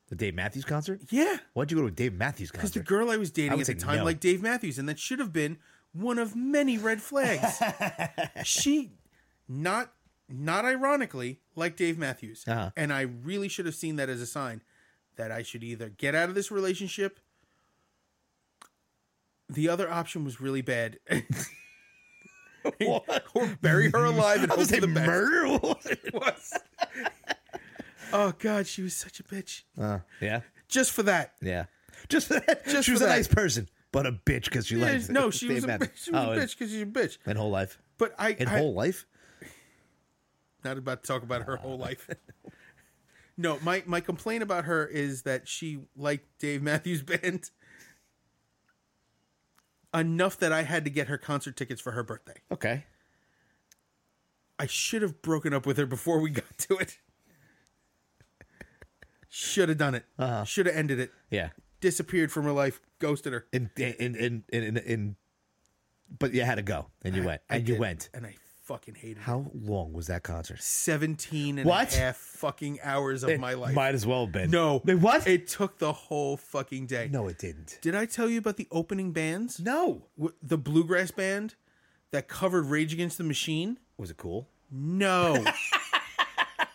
S1: the Dave Matthews concert?
S2: Yeah.
S1: Why'd you go to a Dave
S2: (laughs)
S1: Matthews
S2: Because the
S1: concert?
S2: girl I was
S1: I
S2: dating
S1: would
S2: at the
S1: say
S2: time
S1: no.
S2: like Dave Matthews, and that should have been one of many
S1: (laughs)
S2: red flags. she not not ironically like Dave Matthews.
S1: Uh-huh.
S2: And I really should have seen that as a sign that I should either get out of this relationship. The other option was really bad. (laughs)
S1: (laughs)
S2: or bury her alive and
S1: I
S2: hope
S1: was
S2: for
S1: gonna
S2: the
S1: say
S2: best.
S1: murder. (laughs) What was it?
S2: Oh God, she was such a bitch.
S1: Uh, yeah,
S2: Just for that.
S1: yeah. Just for that.
S2: Just
S1: she
S2: for
S1: was
S2: that.
S1: a nice person, but a bitch because she likes
S2: no, she
S1: Dave
S2: was, a, bi-
S1: Matthews.
S2: she was
S1: Oh,
S2: a
S1: and-
S2: bitch because she's a bitch.
S1: And whole life.
S2: But I,
S1: And
S2: I
S1: whole life.
S2: not about to talk about her whole (laughs) life. No, my my complaint about her is that she liked Dave Matthews (laughs) Band enough that I had to get her concert tickets for her birthday.
S1: Okay.
S2: I should have broken up with her before we got to it. Should have done it.
S1: Uh-huh.
S2: Should have ended it.
S1: Yeah.
S2: Disappeared from her life. Ghosted her.
S1: And and and and and. and but you had to go, and you went,
S2: I
S1: and you
S2: did,
S1: went.
S2: And I fucking hated it.
S1: How long was that concert?
S2: 17 and
S1: What?
S2: a half fucking hours of (laughs) my life.
S1: Might as well have been.
S2: no.
S1: Wait, what?
S2: It took the whole fucking day.
S1: no, it didn't.
S2: Did I tell you about the opening bands?
S1: No.
S2: W- The bluegrass band that covered Rage Against the Machine?
S1: Was it
S2: (laughs)
S1: cool? (laughs)
S2: No.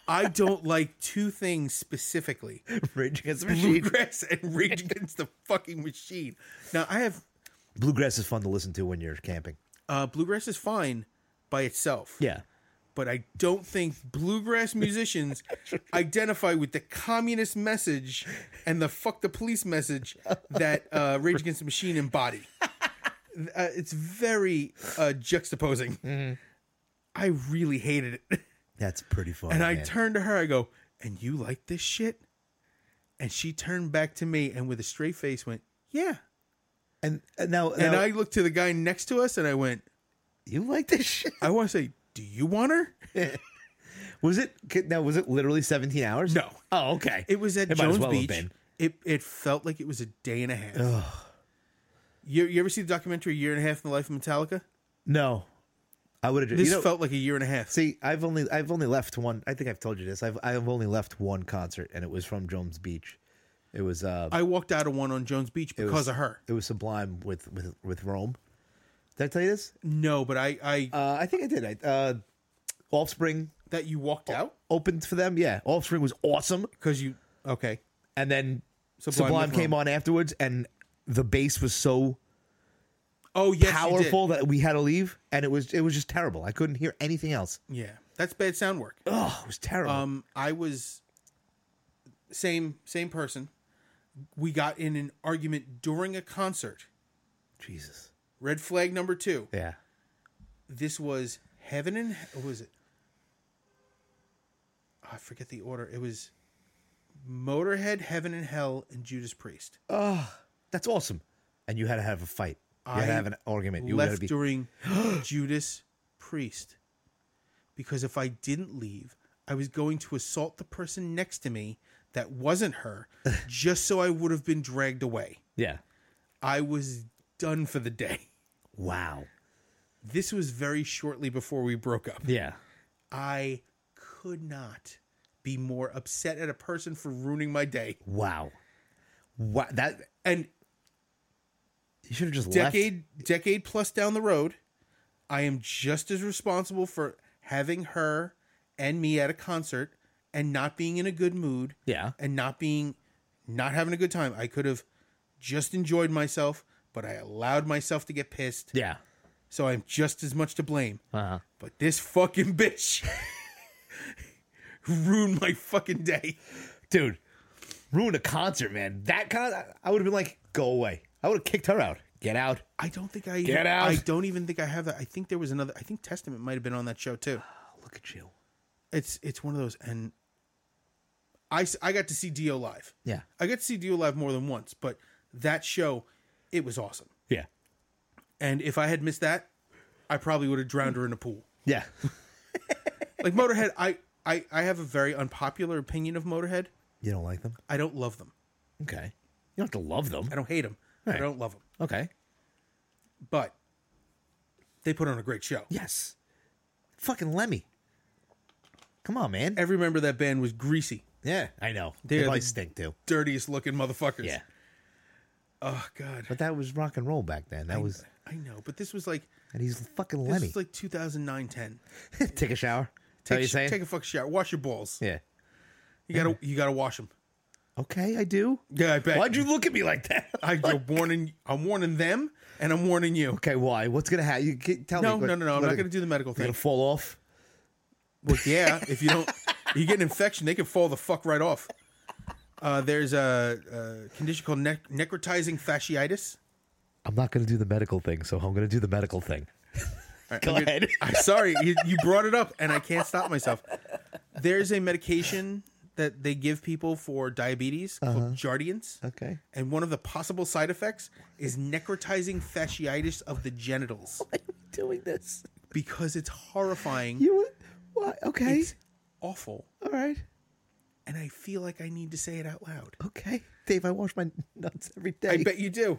S2: I don't like two
S1: (laughs)
S2: things specifically
S1: Rage Against the Machine.
S2: bluegrass and Rage Against the fucking Machine. Now, I have.
S1: Bluegrass is fun to listen to when you're camping.
S2: Uh, bluegrass is fine by itself.
S1: Yeah.
S2: but I don't think bluegrass musicians identify with the communist message and the fuck the police message that uh, Rage Against the Machine embody. Uh, it's very uh, juxtaposing. I really hated it.
S1: That's pretty fun.
S2: And I
S1: man.
S2: turned to her, I go, and you like this shit? And she turned back to me and with a straight face went, yeah.
S1: and, and now,
S2: And
S1: now-
S2: I looked to the guy next to us and I went,
S1: you like this shit?
S2: I want to say, do you want her?
S1: Was it now? Was it literally 17 hours?
S2: No.
S1: Oh, okay.
S2: It was at
S1: It might as
S2: Jones
S1: well have
S2: Beach.
S1: been.
S2: It it felt like it was a day and a half. You, you ever see the documentary "Year and a Half in the Life of Metallica"?
S1: no. I would have.
S2: This
S1: You know,
S2: felt like a year and a half.
S1: see, I've only I've only left one. I think I've told you this. I've I've only left one concert, and it was from Jones Beach. It was uh,
S2: I walked out of one on Jones Beach Oh, because of her.
S1: it was Sublime with with with Rome. Did I tell you this?
S2: No, but I I
S1: Uh, I think I did. I uh, Offspring
S2: that you
S1: oh.
S2: walked out
S1: opened for them. Yeah, Offspring was awesome,
S2: because you okay.
S1: and then
S2: Sublime
S1: Sublime,
S2: with
S1: came
S2: Rome.
S1: on afterwards, and the bass was so
S2: Oh yes,
S1: powerful that we had to leave, and it was it was just terrible. I couldn't hear anything else.
S2: You did. Yeah, that's bad sound work.
S1: Oh, it was terrible.
S2: Um, I was same same person. We got in an argument during a concert.
S1: Jesus.
S2: Red flag number two.
S1: Yeah.
S2: this was heaven and what was it Oh, i forget the order it was motorhead heaven and hell and judas priest
S1: That's awesome. And you had to have a fight. You had to
S2: I
S1: have an argument. You had to
S2: left
S1: be. (gasps)
S2: during judas priest because if i didn't leave i was going to assault the person next to me that wasn't
S1: (laughs)
S2: her just so i would have been dragged away
S1: yeah.
S2: i was done for the day
S1: Wow.
S2: this was very shortly before we broke up
S1: Yeah.
S2: I could not be more upset at a person for ruining my day.
S1: Wow. Wow. That
S2: And
S1: you should have just left.
S2: decade decade plus down the road, I am just as responsible for having her and me at a concert and not being in a good mood
S1: Yeah.
S2: and not being not having a good time. I could have just enjoyed myself, but I allowed myself to get pissed.
S1: Yeah.
S2: So I'm just as much to blame.
S1: Uh-huh.
S2: But this fucking (laughs) bitch ruined my fucking day.
S1: Dude, ruined a concert, man. That con I would have been like, go away. I would have kicked her out. Get out.
S2: I don't think I
S1: Get out.
S2: I don't even think I have that. I think there was another I think Testament might have been on that show too.
S1: Oh, Look at you.
S2: It's it's one of those and I s- I got to see Dio live.
S1: Yeah.
S2: I got to see Dio live more than once, but that show it was awesome.
S1: Yeah.
S2: And if I had missed that, I probably would have drowned her in a pool.
S1: Yeah. (laughs)
S2: Like Motorhead, I, I I have a very unpopular opinion of Motorhead.
S1: You don't like them?
S2: I don't love them.
S1: Okay. You don't have to love them.
S2: I don't hate them. but I
S1: Right.
S2: don't love them.
S1: Okay.
S2: But they put on a great show.
S1: Yes. Fucking Lemmy. Come on, man.
S2: Every member of that band was greasy,
S1: Yeah. I know.
S2: They're
S1: They probably
S2: the-
S1: stink too.
S2: dirtiest looking motherfuckers.
S1: Yeah.
S2: Oh God.
S1: But that was rock and roll back then. That was
S2: I know, but this was like
S1: and he's fucking
S2: this
S1: Lemmy.
S2: was like 2009, 10.
S1: (laughs) take a shower. Is that what
S2: Take,
S1: you're
S2: sh-
S1: saying?
S2: take a fuck shower. Wash your balls.
S1: yeah.
S2: You gotta you gotta wash them.
S1: Okay, I do.
S2: Yeah, I bet.
S1: Why'd you look at me like that? (laughs)
S2: I, am warning. I'm warning them, and I'm warning you.
S1: okay, why? What's gonna happen? You can tell
S2: No,
S1: me.
S2: no, no, no. I'm not gonna do the medical
S1: You're
S2: thing.
S1: gonna fall off.
S2: Well, yeah, if you don't, (laughs) you get an infection, they can fall the fuck right off. Uh, there's a, a condition called nec- necrotizing fasciitis.
S1: I'm not gonna do the medical thing, so I'm gonna do the medical thing.
S2: All right,
S1: Go
S2: I'm gonna-
S1: ahead.
S2: I'm sorry, you, you brought it up, and I can't stop myself. There's a medication that they give people for diabetes
S1: Uh-huh.
S2: called Jardiance,
S1: Okay.
S2: and one of the possible side effects is necrotizing fasciitis of the genitals
S1: (laughs) Why are we doing this?
S2: because it's horrifying,
S1: You what? Okay.
S2: It's- awful,
S1: All right.
S2: and I feel like I need to say it out loud.
S1: Okay. Dave, I wash my (laughs) nuts every day.
S2: I bet you do.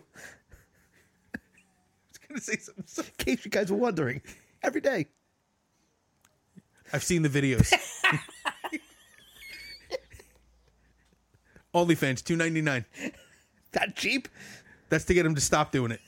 S2: I was gonna say something. so-
S1: In case you guys were wondering, every day.
S2: I've seen the videos. (laughs) OnlyFans two ninety nine.
S1: That cheap?
S2: That's to get him to stop doing it.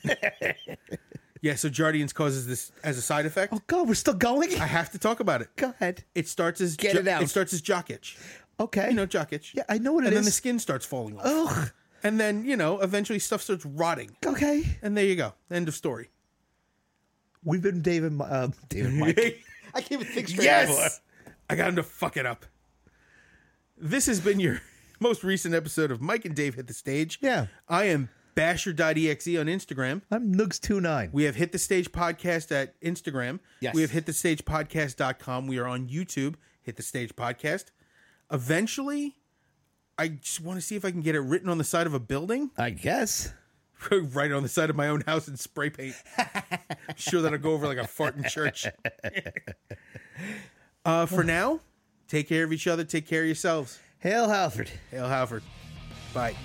S1: (laughs)
S2: yeah, so Jardians causes this as a side effect.
S1: Oh God, we're still going.
S2: I have to talk about it.
S1: (laughs) Go ahead.
S2: It starts as
S1: Get it out.
S2: It starts as jock itch.
S1: Okay.
S2: You know jock itch.
S1: yeah, I know what it
S2: And
S1: is.
S2: then the skin starts falling off.
S1: Ugh.
S2: And then you know eventually stuff starts rotting.
S1: Okay.
S2: And there you go. End of story.
S1: We've been Dave and Mi- uh, Dave and Mike.
S2: (laughs)
S1: I can't even think straight anymore.
S2: yes, I got him to fuck it up. This has been your (laughs) most recent episode of Mike and Dave hit the stage.
S1: Yeah.
S2: I am basher.exe on Instagram.
S1: I'm Nugs29.
S2: We have Hit the Stage Podcast at Instagram.
S1: Yes.
S2: We have Hit the Stage Podcast.com. We are on YouTube, Hit the Stage Podcast. Eventually, I just want to see if I can get it written on the side of a building,
S1: I guess.
S2: right on the side of my own house in spray paint. I'm sure that'll go over like a fart in church. uh, for now, take care of each other. Take care of yourselves.
S1: Hail Halford.
S2: Hail Halford. Bye.